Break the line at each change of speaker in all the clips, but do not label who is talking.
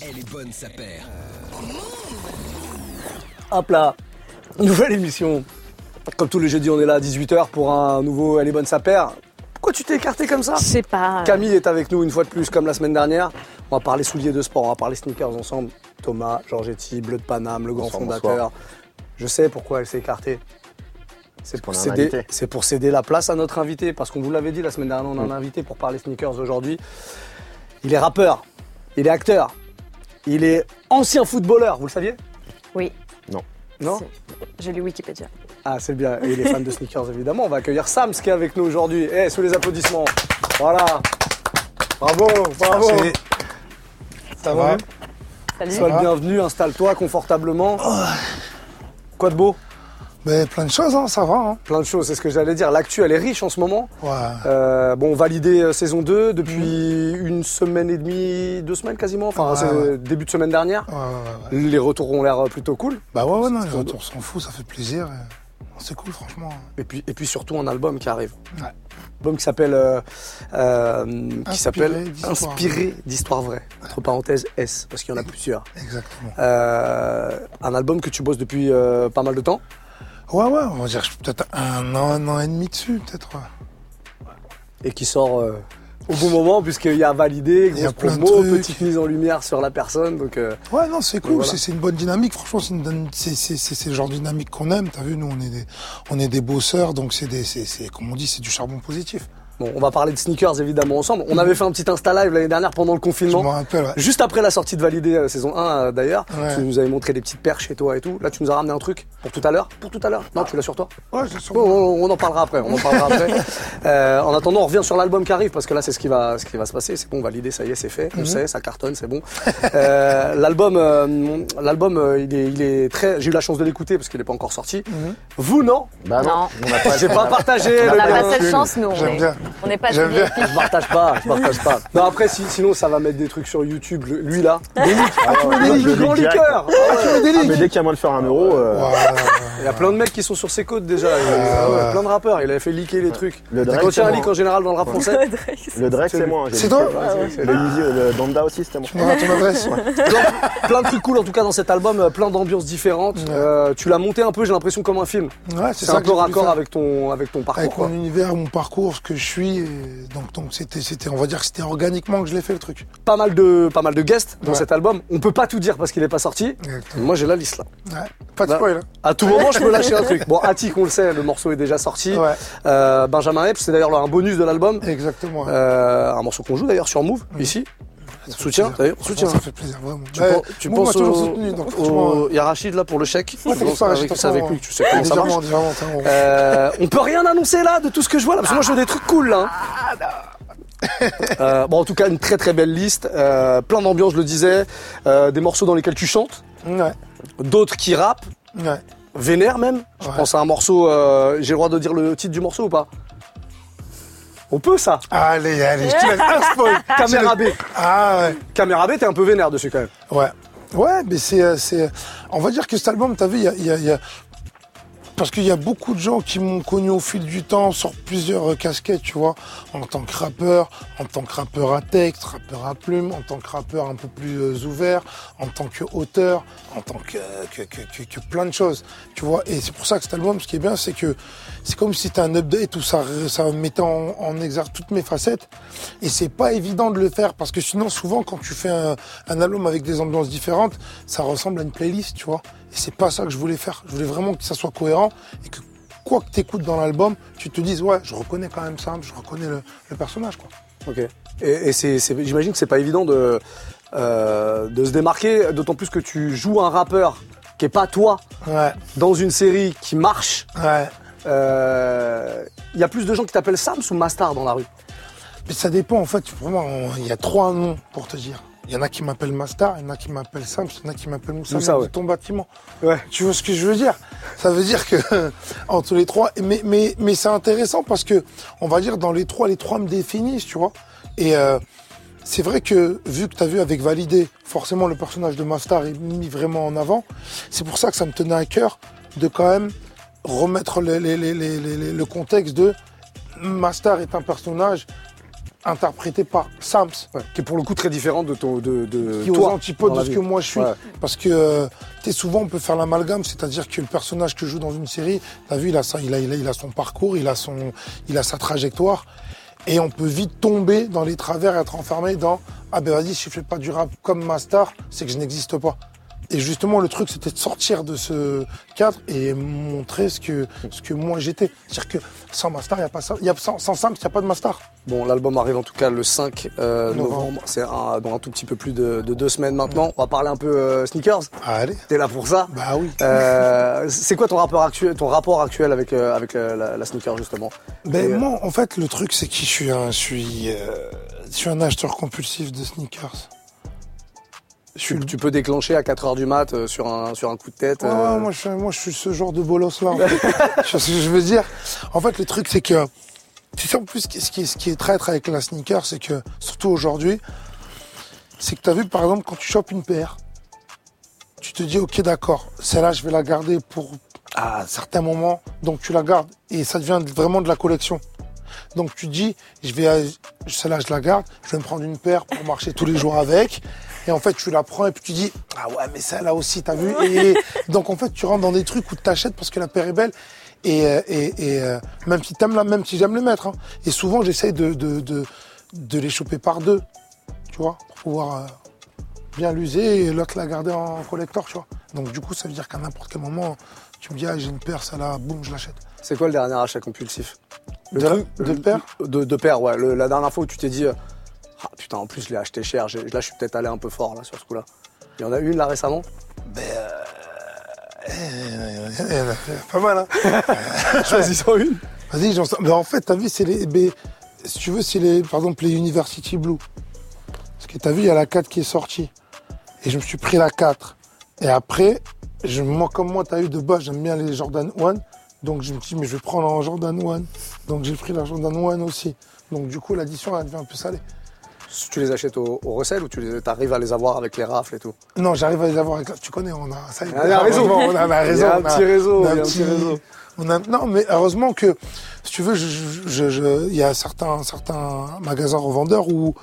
Elle est bonne, sa paire.
Hop là Nouvelle émission. Comme tous les jeudis, on est là à 18h pour un nouveau Elle est bonne sa paire. Pourquoi tu t'es écarté comme ça
Je sais pas. euh,
Camille est avec nous une fois de plus, comme la semaine dernière. On va parler souliers de sport, on va parler sneakers ensemble. Thomas, Georgetti, Bleu de Paname, le grand
Bonsoir,
fondateur. Je sais pourquoi elle s'est écartée. C'est pour,
qu'on a un
céder,
invité.
c'est pour céder la place à notre invité, parce qu'on vous l'avait dit la semaine dernière, on a un
Mm.
invité pour parler sneakers aujourd'hui. Il est rappeur, il est acteur, il est ancien footballeur, vous le saviez
Oui.
Non
c'est- Je lis Wikipédia.
Ah, c'est bien. Et les fans de sneakers, évidemment. On va accueillir Sam, ce qui est avec nous aujourd'hui. Eh, sous les applaudissements. Voilà. Bravo, bravo.
Merci. Ça va
Salut.
Sois le bienvenu, installe-toi confortablement. Quoi de beau
Mais plein de choses, hein, ça va. hein.
Plein de choses, c'est ce que j'allais dire. L'actu, elle est riche en ce moment.
Ouais.
Euh, bon, validé euh, saison 2 depuis une semaine et demie, deux semaines quasiment. Enfin,
Mm. Ouais,
c'est
ouais.
début de semaine dernière.
Ouais, ouais, ouais, ouais.
Les retours ont l'air euh, plutôt cool.
Bah ouais, ouais, non, les retours s'en fout, ça fait plaisir. et- C'est cool, franchement. hein.
Et puis, et puis surtout un album qui arrive.
Ouais.
album qui s'appelle euh, euh, qui
Inspiré
s'appelle
d'histoire
Inspiré d'histoire vraie. Entre parenthèses S parce qu'il y en a plusieurs.
Exactement.
Euh, un album que tu bosses depuis euh, pas mal de temps.
Ouais, ouais, on va dire je suis peut-être un an, un an et demi dessus, peut-être. ouais.
et qui sort euh, au bon moment puisqu'il y a validé,
Il y a
grosse
plein de
promo,
trucs.
petite mise en lumière sur la personne. Donc euh,
Ouais, non, c'est cool,
Donc voilà.
c'est- c'est une bonne dynamique. Franchement, c'est une dyn- c'est- c'est c'est- c'est le genre de dynamique qu'on aime. T'as vu, nous, on est des, on est des bosseurs, donc c'est des, c'est- c'est- comme on dit, c'est du charbon positif.
bon, on va parler de sneakers évidemment ensemble. On avait fait un petit Insta live l'année dernière pendant le
Je
confinement.
me rappelle, ouais.
Juste après la sortie de Validé euh, saison 1 euh, d'ailleurs,
Ouais.
tu nous avais montré des petites paires chez toi et tout. Là tu nous as ramené un truc pour tout à l'heure. Pour tout à l'heure.
Ah.
Non, tu l'as sur toi
Ouais, je sens-
Bon, Oh, on, on en parlera après. On en parlera après. Euh, en attendant, on revient sur l'album qui arrive parce que là, c'est ce qui va, ce qui va se passer. C'est bon, validé, ça y est, c'est fait. On sait, ça cartonne, c'est bon. Euh, l'album, euh, l'album, euh, il est, il est très. J'ai eu la chance de l'écouter parce qu'il n'est pas encore sorti. Vous non
Bah non,
Non.
on n'a pas,
J'ai pas partagé.
on
On
le
n'a
lien.
pas cette chance, nous. on
J'aime
est-
bien.
On n'est pas
J'aime
des
bien.
filles.
Je partage pas, je partage pas. Non après si- sinon ça va mettre des trucs sur YouTube. Le- Lui là,
Delic.
le grand
Ah Delic.
liqueur. Ah ouais.
Ah, mais dès qu'il y a moyen de faire un euro, euh,
Ouais, ouais, ouais.
Il y a plein de mecs qui sont sur ses côtes déjà. Il y a-
ouais.
ouais, Plein de rappeurs. Il avait fait liquer les trucs.
Le
T'as
Drake,
retiré un
c'est
leak
moi.
en général dans le rap français.
le Drake, c'est moi. hein, j'ai
C'est
dit
toi
que- Le Yeezy, le Banda aussi, c'était moi.
Tu me donneras ton adresse
plein de trucs cool en tout cas dans cet album, euh, plein d'ambiances différentes. Euh, tu l'as monté un peu, j'ai l'impression comme un film.
Ouais,
C'est un
ça que
peu
j'ai voulu
raccord
faire.
avec ton avec ton parcours.
avec
quoi.
mon univers, mon parcours, ce que je suis. et Donc, donc c'était, c'était, on va dire que c'était organiquement que je l'ai fait le truc.
Pas mal de pas mal de guests dans
Ouais.
cet album. On peut pas tout dire parce qu'il est pas sorti.
Exactement.
Moi j'ai la liste là.
Ouais. Pas de
Bah,
spoil. hein.
À tout moment je peux lâcher un truc. Bon Attic on le sait, le morceau est déjà sorti.
Ouais.
Euh, Benjamin Epps c'est d'ailleurs un bonus de l'album.
Exactement. ouais.
Euh, un morceau qu'on joue d'ailleurs sur Move ici.
Ça fait
soutien,
plaisir.
d'ailleurs,
Franchement,
soutien.
Ça fait plaisir, vraiment.
Tu,
Ouais,
pen- tu
moi, on m'a
penses
toujours
au,
soutenu, donc franchement,
au- il y a Rachid là pour le chèque.
Ouais,
Je
t'inquiète
pense
pas,
avec-
Rachid,
C'est avec
t'entends,
lui que tu sais comment ça marche.
légèrement, légèrement, t'as- on-
Euh, on peut rien annoncer là de tout ce que je vois là, parce que moi je veux des trucs cool là. hein. Euh, bon, en tout cas, une très très belle liste, euh, plein d'ambiance, je le disais, euh, des morceaux dans lesquels tu chantes,
Ouais.
d'autres qui rappent,
Ouais.
vénèrent même. Je
Ouais.
pense à un morceau, euh, j'ai le droit de dire le titre du morceau ou pas On peut ça
Allez, allez, je te laisse un spoil.
Caméra B.
Ah ouais.
Caméra B, t'es un peu vénère dessus quand même.
Ouais. Ouais, mais c'est, euh, c'est, euh, on va dire que cet album, t'as vu, il y a, il y a- il y a- parce qu'il y a beaucoup de gens qui m'ont connu au fil du temps sur plusieurs euh, casquettes, tu vois, en tant que rappeur, en tant que rappeur à texte, rappeur à plume, en tant que rappeur un peu plus euh, ouvert, en tant que auteur, en tant que, que, que, que- que plein de choses, tu vois. Et c'est pour ça que cet album, ce qui est bien, c'est que c'est comme si c'était un update où ça, ça mettait en, en exergue toutes mes facettes. Et c'est pas évident de le faire parce que sinon, souvent, quand tu fais un, un album avec des ambiances différentes, ça ressemble à une playlist, tu vois. Et c'est pas ça que je voulais faire. Je voulais vraiment que ça soit cohérent et que quoi que t'écoutes dans l'album, tu te dises, ouais, je reconnais quand même ça, je reconnais le, le personnage, quoi.
Ok. Et, et c'est, c'est- j'imagine que c'est pas évident de, euh, de se démarquer, d'autant plus que tu joues un rappeur qui est pas toi
Ouais,
dans une série qui marche.
ouais.
Euh, Il y a plus de gens qui t'appellent Sams ou Mastar dans la rue.
Mais ça dépend, en fait, pour moi, on- il y a trois noms pour te dire. Il y en a qui m'appellent Master, il y en a qui m'appellent Sam, il y en a qui m'appellent Moussa,
Moussa,
Merde,
ouais.
ton bâtiment.
Ouais.
Tu vois ce que je veux dire Ça veut dire que entre les trois, mais mais mais c'est intéressant parce que on va dire dans les trois, les trois me définissent, tu vois. Et euh, c'est vrai que vu que tu as vu avec Validé, forcément le personnage de Mastar est mis vraiment en avant. C'est pour ça que ça me tenait à cœur de quand même remettre les- les- les- les- les- les- le contexte de Mastar est un personnage interprété par Sams,
Qui est pour le coup très différent de, ton, de, de
qui est aux
Euh, toi.
antipodes
dans
de
la
ce
vie.
que moi je suis.
Ouais.
Parce que euh, tu sais, souvent on peut faire l'amalgame, c'est-à-dire que le personnage que je joue dans une série, t'as vu, il a, ça, il, a, il, a, il a son parcours, il a, son, il a sa trajectoire, et on peut vite tomber dans les travers et être enfermé dans Ah ben vas-y, si je fais pas du rap comme ma star, c'est que je n'existe pas. Et justement, le truc, c'était de sortir de ce cadre et montrer ce que, ce que moi j'étais. C'est-à-dire que sans ma star, il y a pas ça. il Y a, sans, sans Sam, il n'y a pas de ma star.
Bon, l'album arrive en tout cas le 5 euh,
Novembre.
novembre. C'est un- dans un tout petit peu plus de, de deux semaines maintenant. On va parler un peu euh, sneakers.
Allez.
T'es là pour ça.
Bah oui.
Euh, c'est quoi ton rapport actuel, ton rapport actuel avec, euh, avec euh, la, la sneaker justement
Ben
Et, euh,
moi, en fait, le truc, c'est que je suis un, je suis, euh, je suis un acheteur compulsif de sneakers. Je suis
tu,
le-
tu peux déclencher à 4 heures du mat euh, sur, un, sur un coup de tête.
Ouais,
euh,
ouais, Ah, moi, je suis, moi, je suis ce genre de bolos là. je sais ce que je veux dire. En fait, le truc, c'est que c'est ça en plus ce qui- ce qui, est- ce qui est traître avec la sneaker, c'est que surtout aujourd'hui, c'est que tu as vu par exemple quand tu chopes une paire, tu te dis ok d'accord, celle-là je vais la garder pour à certains moments, donc tu la gardes et ça devient vraiment de la collection. Donc tu dis je vais euh, celle-là je la garde, je vais me prendre une paire pour marcher tous les jours avec. Et en fait, tu la prends et puis tu dis Ah ouais, mais celle-là aussi, t'as vu Et donc, en fait, tu rentres dans des trucs où t'achètes parce que la paire est belle. Et, euh, et, et, euh, même si t'aimes la, même si j'aime les mettre. hein. Et souvent, j'essaye de, de, de, de les choper par deux, tu vois, pour pouvoir euh, bien l'user et l'autre la garder en collector, tu vois. Donc, du coup, ça veut dire qu'à n'importe quel moment, tu me dis Ah, j'ai une paire, celle-là, boum, je l'achète.
C'est quoi le dernier achat compulsif Le
De, la-
truc-
de paire
Euh, de, de paire, ouais. Le- la dernière fois où tu t'es dit, euh, ah putain, en plus je l'ai acheté cher, j'ai- là je suis peut-être allé un peu fort là sur ce coup-là. Il y en a une là récemment
Euh, Pas mal, hein
Choisissons une
Vas-y, j'en sais- Mais en fait, t'as vu, c'est les. ben, si tu veux, c'est les. Par exemple, les University Blue. Parce que t'as vu, il y a la 4 qui est sortie. Et je me suis pris la 4. Et après, je, moi, comme moi, t'as eu de bas, j'aime bien les Jordan 1. Donc je me suis dit, mais je vais prendre en Jordan 1. Donc j'ai pris la Jordan 1 aussi. Donc du coup, l'addition, elle devient un peu salée.
Tu les achètes au, au recel ou tu les, arrives à les avoir avec les rafles et tout
Non, j'arrive à les avoir avec. la- Tu connais, on a. Ça y est,
On a un réseau.
On a un réseau.
Il y a un
on a-
petit réseau,
on a
il y a un
petit-
petit réseau.
on a- non, mais heureusement que, si tu veux, je- je- je- je- il y a certains, certains magasins revendeurs où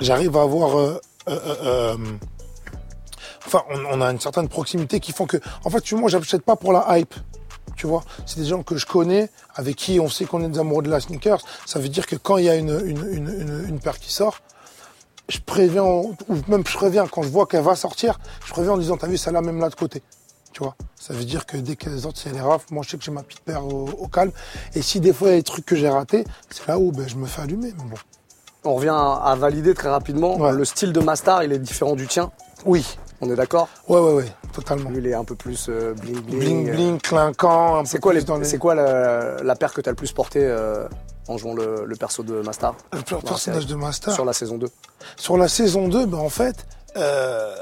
j'arrive à avoir. euh, euh, euh, euh, enfin, on, on a une certaine proximité qui font que. En fait, tu vois, moi, j'achète pas pour la hype. Tu vois, c'est des gens que je connais, avec qui on sait qu'on est des amoureux de la sneakers. Ça veut dire que quand il y a une, une, une, une, une paire qui sort, je préviens, ou même je préviens quand je vois qu'elle va sortir, je préviens en disant T'as vu, celle-là, même là de côté. Tu vois, ça veut dire que dès que les autres, c'est les rafles, moi je sais que j'ai ma petite paire au, au calme. Et si des fois il y a des trucs que j'ai ratés, c'est là où ben, je me fais allumer. Mais bon.
On revient à, à valider très rapidement.
Ouais.
Le style de Mastar, il est différent du tien.
Oui,
On est d'accord
ouais, ouais, ouais, totalement.
Lui, il est un peu plus euh, bling bling.
Bling, bling, clinquant. un peu
C'est quoi, les,
plus dans les-
c'est quoi la, la paire que t'as le plus portée euh, en jouant le, le perso de Mastar
Le pire personnage de Master.
sur la saison 2
Sur la saison 2, ben, en fait, euh,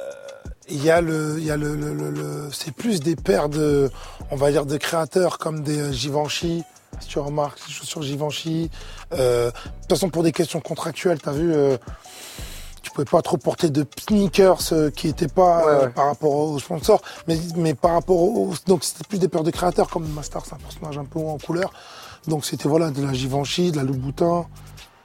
il y a le, il y a le, le- le- le- c'est plus des paires de, on va dire, de créateurs comme des euh, Givenchy. Si tu remarques, les chaussures Givenchy. Euh, de toute façon, pour des questions contractuelles, t'as vu, euh, tu pouvais pas trop porter de sneakers euh, qui étaient pas
Ouais,
euh,
ouais.
par rapport aux sponsors, mais, mais par rapport aux, donc c'était plus des paires de créateurs comme Master, c'est un personnage un peu en couleur. Donc c'était voilà de la Givenchy, de la Louboutin.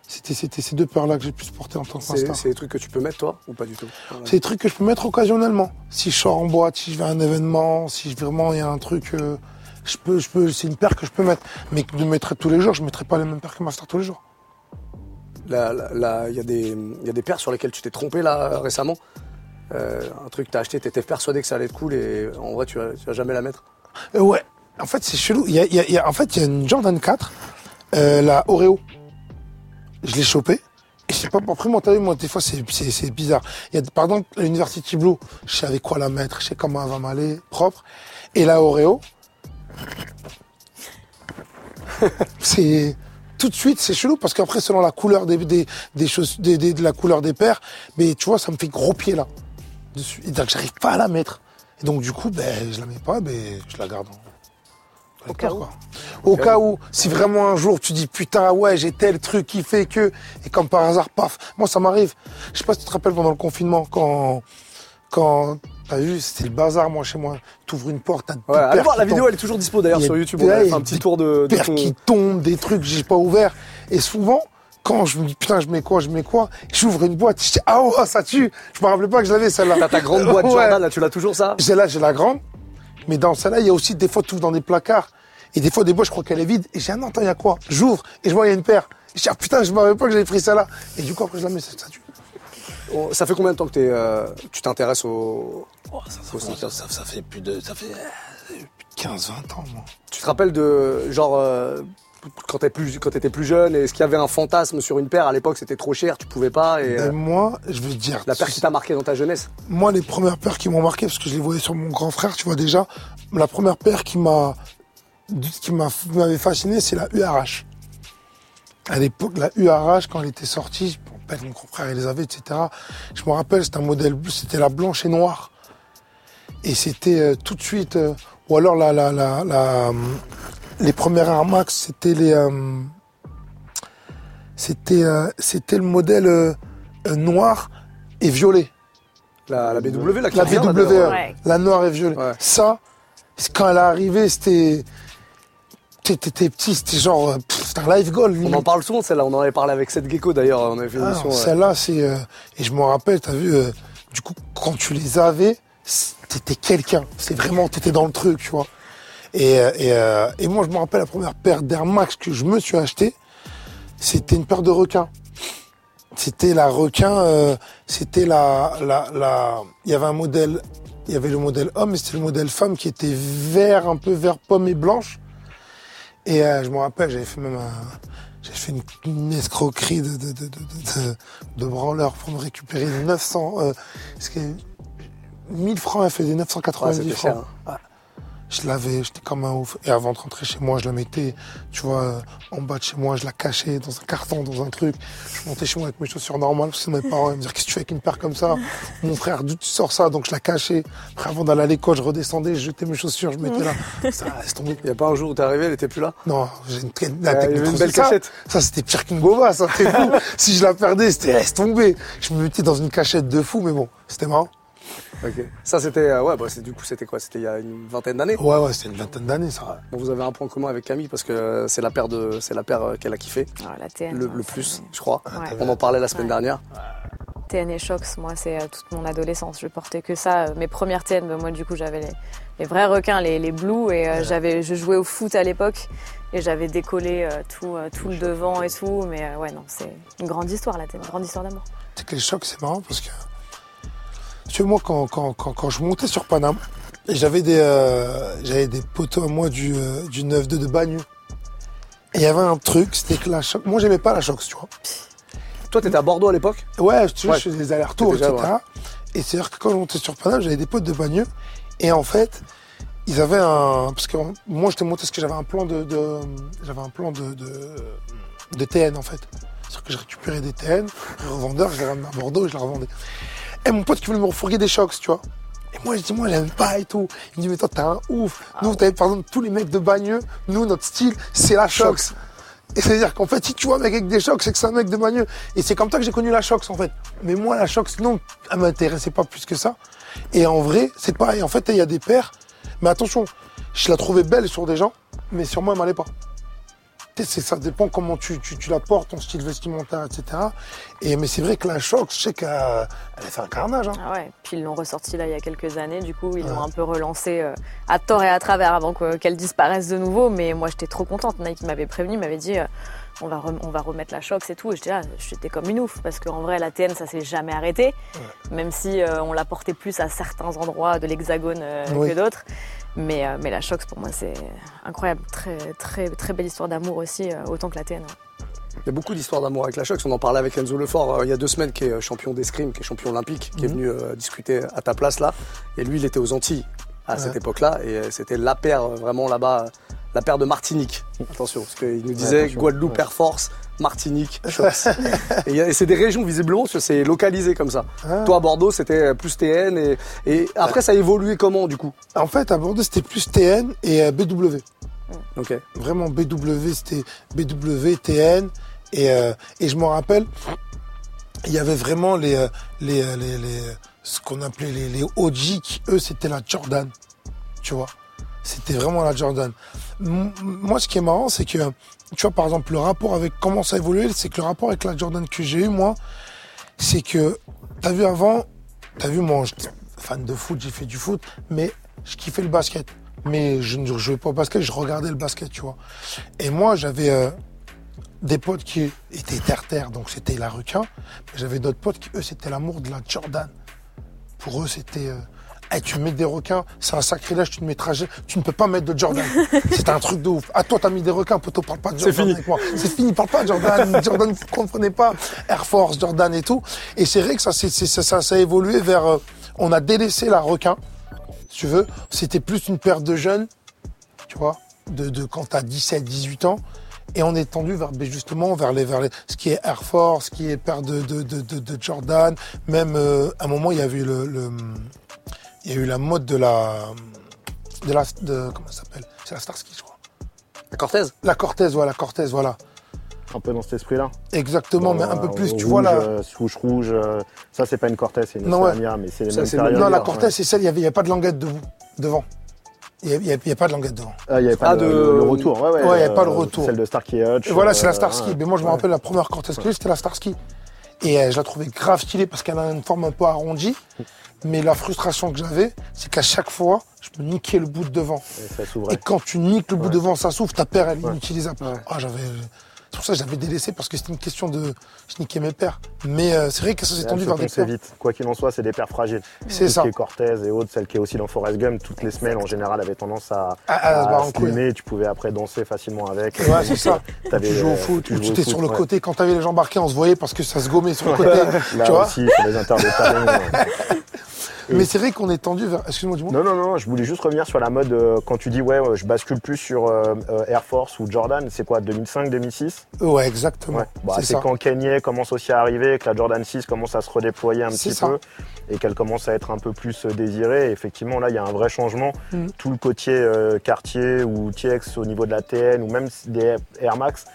C'était c'était ces deux paires là que j'ai pu porter en tant que
c'est,
Master.
c'est des trucs que tu peux mettre toi ou pas du tout
C'est des trucs que je peux mettre occasionnellement. Si je sors en boîte, si je vais à un événement, si vraiment il y a un truc, euh, je peux, je peux, c'est une paire que je peux mettre. Mais que je mettrais tous les jours, je mettrais pas les mêmes paires que Master tous les jours.
Là, là, là, Il y, a des- il y a des paires sur lesquelles tu t'es trompé là récemment. Euh, un truc que t'as acheté, t'étais persuadé que ça allait être cool et en vrai tu vas, tu vas jamais la mettre.
Euh, ouais. En fait, c'est chelou. Il y a, il y a- il y a- en fait, il y a une Jordan 4, euh, la Oreo. Je l'ai chopée. Et je sais pas, après, moi, t'as vu, moi, des fois, c'est, c'est, c'est bizarre. Il y a, par exemple, l'University Blue, je savais quoi la mettre, je sais comment elle va m'aller, propre. Et la Oreo, c'est, tout de suite, c'est chelou, parce qu'après, selon la couleur des, des, des choses, des, des- de la couleur des paires, mais tu vois, ça me fait gros pied, là. Dessus. Et donc, j'arrive pas à la mettre. Et donc, du coup, ben, je la mets pas, ben, je la garde. en-
Au cas où.
quoi. Au cas où, si vraiment un jour tu dis putain ouais j'ai tel truc qui fait que et comme par hasard paf, moi ça m'arrive. Je sais pas si tu te rappelles pendant le confinement quand quand t'as vu c'était le bazar moi chez moi. T'ouvres une porte, t'as des
Ouais, allez
paires
voir,
qui
la vidéo
tombent,
elle est toujours dispo d'ailleurs
Il y a
sur YouTube. Euh,
des-
On a
il y
fait
a
un petit
des
tour de, de
des paires
ton-
qui tombent, des trucs que j'ai pas ouverts. Et souvent quand je me dis putain, je mets quoi, je mets quoi, j'ouvre une boîte, je dis ah ouais, ça tue. Je me rappelais pas que je l'avais celle-là.
T'as ta grande boîte
Ouais.
Jordan, là, tu l'as toujours ça
J'ai là, j'ai la grande. Mais dans celle-là, il y a aussi des fois tout dans des placards. Et des fois, des boîtes, je crois qu'elle est vide. Et j'ai, ah non, attends, il y a quoi J'ouvre et je vois, il y a une paire. Je dis, ah putain, je me rappelais pas que j'avais pris celle-là. Et du coup, après, je la mets, ça, ça tue.
Oh, Ça fait combien de temps que t'es, euh, tu t'intéresses au.
Oh, Ça, fait plus de. Ça fait 15, 20 ans, moi.
Tu te rappelles de. Genre. euh, quand t'es plus- quand t'étais plus jeune, est-ce qu'il y avait un fantasme sur une paire À l'époque, c'était trop cher, tu pouvais pas. Et,
Ben,
euh,
moi, je veux te dire.
la paire qui t'a marqué dans ta jeunesse
Moi, les premières paires qui m'ont marqué, parce que je les voyais sur mon grand frère, tu vois déjà, la première paire qui m'a qui m'a- m'avait fasciné, c'est la URH. À l'époque, la URH, quand elle était sortie, bon, ben, mon grand frère, il les avait, etc. Je me rappelle, c'était un modèle, c'était la blanche et noire. Et c'était euh, tout de suite, euh, ou alors la, la, la, la, hum, les premières Air Max, c'était les, hum, c'était, euh, c'était le modèle euh, euh, noir et violet.
la, la BW, la, qui
La
revient, là,
BWE,
d'ailleurs.
Ouais.
la noire et violette.
Ouais.
Ça, c'est- quand elle est arrivée, c'était. T'étais t'étais petit, c'était genre. euh, pff, C'était un live goal.
On
limite.
en parle souvent, de celle-là. On en avait parlé avec Seth Gecko d'ailleurs. On avait fait une
Ah,
émission.
non,
ouais.
Celle-là, c'est. euh, et je me rappelle, t'as vu, euh, du coup, quand tu les avais, c'est- t'étais quelqu'un. C'est vraiment, t'étais dans le truc, tu vois. Et, euh, et, euh, et moi, je me rappelle la première paire d'Air Max que je me suis acheté, c'était une paire de requins. C'était la requin, euh, c'était la, la, la. Il y avait un modèle, il y avait le modèle homme et c'était le modèle femme qui était vert, un peu vert pomme et blanche. Et euh, je me rappelle, j'avais fait même un, j'ai fait une, une escroquerie de, de, de, de, de, de- de branleur pour me récupérer 900, euh, parce que 1000 francs, elle faisait
Ouais,
990
c'était
francs.
cher. hein.
Je l'avais, j'étais comme un ouf. Et avant de rentrer chez moi, je la mettais, tu vois, euh, en bas de chez moi, je la cachais dans un carton, dans un truc. Je montais chez moi avec mes chaussures normales, parce que mes parents ils me disaient, qu'est-ce que tu fais avec une paire comme ça Mon frère, d'où tu sors ça Donc je la cachais. Après, avant d'aller à l'école, je redescendais, je jetais mes chaussures, je mettais là. Ça, laisse tomber.
Il n'y a pas un jour où t'es arrivé, elle était plus là.
Non, j'ai une, très-
Euh, il y
la
avait
technique
une
trousse,
belle
ça,
cachette.
Ça, c'était pire qu'une boba, ça, t'es fou. si je la perdais, c'était eh, laisse tomber. Je me mettais dans une cachette de fou, mais bon, c'était marrant.
Ok. Ça c'était euh, ouais bah c'est du coup c'était quoi C'était il y a une vingtaine d'années.
Ouais, ouais, c'était une vingtaine d'années, ça.
Bon, vous avez un point commun avec Camille parce que euh, c'est la paire de c'est la paire euh, qu'elle a kiffé
Alors, Oh, la hein, TN.
le,
ouais,
le
ça,
plus, je crois.
Ouais.
On en parlait la semaine
Ouais.
dernière.
TN et Shox, moi, c'est euh, toute mon adolescence. Je portais que ça. Euh, Mes premières TN, bah, moi, du coup, j'avais les, les vrais requins, les, les blues, et euh, j'avais, je jouais au foot à l'époque, et j'avais décollé euh, tout, euh, tout le devant et tout. Mais euh, ouais, non, c'est une grande histoire, la TN, une grande histoire d'amour.
C'est que les chocs, c'est marrant parce que. Tu sais, moi, quand, quand, quand, quand je montais sur Paname, et j'avais des, euh, j'avais des poteaux à moi du, euh, du 9-2 de Bagneux. Et il y avait un truc, c'était que la choc. Moi, j'aimais pas la choc, tu vois.
Toi t'étais à Bordeaux à l'époque
Ouais, tu sais,
Ouais.
je faisais des allers-retours,
Déjà,
etc. Et c'est-à-dire que quand je montais sur Paname, j'avais des potes de Bagneux. Et en fait, ils avaient un. Parce que moi, j'étais monté parce que j'avais un plan de. de- j'avais un plan de, de, de TN, en fait. C'est-à-dire que je récupérais des TN, les revendeurs, je les ramenais à Bordeaux et je les revendais. Et mon pote qui voulait me refourguer des chocs, tu vois. Et moi, je dis, moi, j'aime pas et tout. Il me dit, mais toi, t'es un ouf.
Ah.
Nous, t'avais, par exemple, tous les mecs de Bagneux, nous, notre style, c'est la Shox. Et c'est-à-dire qu'en fait, si tu vois un mec avec des chocs, c'est que c'est un mec de Bagneux. Et c'est comme ça que j'ai connu la Shox, en fait. Mais moi, la Shox, non, elle m'intéressait pas plus que ça. Et en vrai, c'est pareil. En fait, il y a des paires. Mais attention, je la trouvais belle sur des gens, mais sur moi, elle m'allait pas. Tu sais, c'est- ça dépend comment tu, tu, tu la portes, ton style vestimentaire, etc. Et, mais c'est vrai que la Shox, je sais qu'elle a fait un carnage. Hein.
Ah ouais, puis ils l'ont ressorti là il y a quelques années, du coup ils l'ont un peu relancé euh, à tort et à travers avant que- qu'elle disparaisse de nouveau, mais moi j'étais trop contente, Nike m'avait prévenu, m'avait dit euh, on, va rem- on va remettre la choc et tout, et j'étais là, j'étais comme une ouf, parce qu'en vrai la TN ça s'est jamais arrêté, même si euh, on la portait plus à certains endroits de l'hexagone euh,
Oui.
que d'autres, mais, euh, mais la choc pour moi c'est incroyable, très, très, très belle histoire d'amour aussi, euh, autant que la TN. ouais.
Il y a beaucoup d'histoires d'amour avec la Shox. On en parlait avec Enzo Lefort euh, il y a deux semaines, qui est euh, champion d'escrime, qui est champion olympique, qui est venu euh, discuter à ta place là. Et lui, il était aux Antilles à cette époque-là. Et euh, c'était la paire, euh, vraiment là-bas, euh, la paire de Martinique. Attention, parce qu'il nous disait
attention.
Guadeloupe,
Ouais.
Air Force, Martinique, Shox. et il y a- et c'est des régions, visiblement, parce que c'est localisé comme ça.
Ah.
Toi, à Bordeaux, c'était euh, plus TN. Et, et après, ça a évolué comment, du coup
En fait, à Bordeaux, c'était plus TN et euh, BW.
Ok.
vraiment BW, c'était BW, TN. Et, euh, et je m'en rappelle, il y avait vraiment les, euh, les, euh, les, les, ce qu'on appelait les, les OG, qui, eux, c'était la Jordan. Tu vois C'était vraiment la Jordan. m- moi, ce qui est marrant, c'est que, tu vois, par exemple, le rapport avec comment ça a évolué, c'est que le rapport avec la Jordan que j'ai eu, moi, c'est que, t'as vu avant, t'as vu, moi, j'étais fan de foot, j'ai fait du foot, mais je kiffais le basket. Mais je ne jouais pas au basket, je regardais le basket, tu vois. Et moi, j'avais euh, des potes qui étaient terre-terre, donc c'était la requin. Mais J'avais d'autres potes qui, eux, c'était l'amour de la Jordan. Pour eux, c'était. euh, Eh, tu mets des requins, c'est un sacrilège, tu ne mettras ja- tu ne peux pas mettre de Jordan. c'est un truc de ouf. Ah, toi, t'as mis des requins, poteau, parle pas de Jordan
fini.
avec moi. C'est fini, parle pas de Jordan. Jordan, vous comprenez pas. Air Force, Jordan et tout. Et c'est vrai que ça, c'est, c'est- ça, ça, ça a évolué vers, euh, on a délaissé la requin, si tu veux. C'était plus une paire de jeunes, tu vois, de, de quand t'as 17, 18 ans. Et on est tendu vers, ben, justement, vers les, vers les, ce qui est Air Force, ce qui est paire de, de, de, de, de Jordan. Même, euh, à un moment, il y avait eu le, le- il y a eu la mode de la, de la, de, comment ça s'appelle? C'est la Starsky, je crois.
La Cortez
La Cortez, voilà, la Cortez, voilà.
Un peu dans cet esprit-là.
Exactement, mais un peu
Euh,
plus,
rouge,
tu vois, la,
euh, Souche rouge. euh, ça, c'est pas une Cortez, c'est une
Non, ouais.
Espagna, mais c'est les
Ça,
mêmes
c'est le-
périodes.
Non, la
euh, ouais.
Cortez, c'est celle, il n'y avait, il y avait pas de languette debout, devant. Il n'y avait, il y avait pas de languette devant.
Ah, il n'y avait pas
Ah,
de,
de-
le, le retour. Ouais, ouais,
Ouais, il y avait pas le
euh,
retour.
Celle de Starkey Hutch.
Et voilà, c'est la
euh,
Starsky.
ouais.
Mais moi, je me rappelle la première Cortez que j'ai, c'était la Starsky. Et euh, je la trouvais grave stylée parce qu'elle a une forme un peu arrondie. Mais la frustration que j'avais, c'est qu'à chaque fois, je me niquais le bout de devant.
Et Ça s'ouvrait.
Et quand tu niques le bout
Ouais.
devant, ça s'ouvre, ta paire, elle est inutilisable.
Ouais.
Ah, j'avais. C'est pour ça que j'avais délaissé parce que c'était une question de. Je niquais mes paires. Mais euh, c'est vrai que ça s'est
Elles
tendu
se
vers des
ponçaient
paires.
vite. Quoi qu'il en soit, c'est des paires fragiles.
C'est
Tout ce
ça.
qui est Cortez et autres, celle qui est aussi dans Forrest Gump, toutes les semelles en général avaient tendance à,
Ah, ah, bah, en couille.
slimmer. Tu pouvais après danser facilement avec.
Ouais, c'est ça.
T'avais,
tu joues
euh,
au foot,
tu
ou
jouais
tu
au
étais
foot,
sur le
ouais.
côté, quand t'avais les jambes marquées, on se voyait parce que ça se gommait sur le côté.
Là
tu vois
Bah aussi, sur les intervalles
Mais c'est vrai qu'on est tendu vers. Excuse-moi, dis-moi.
Non, non, non, je voulais juste revenir sur la mode euh, quand tu dis ouais, euh, je bascule plus sur euh, euh, Air Force ou Jordan, c'est quoi, 2005, 2006
Ouais, exactement.
Ouais. Bah,
c'est
c'est
ça.
quand Kanye commence aussi à arriver, que la Jordan 6 commence à se redéployer un
C'est
petit
ça.
peu et qu'elle commence à être un peu plus euh, désirée. Et effectivement, là, il y a un vrai changement.
Mhm.
Tout le côté euh, Cartier ou TX au niveau de la TN ou même des Air Max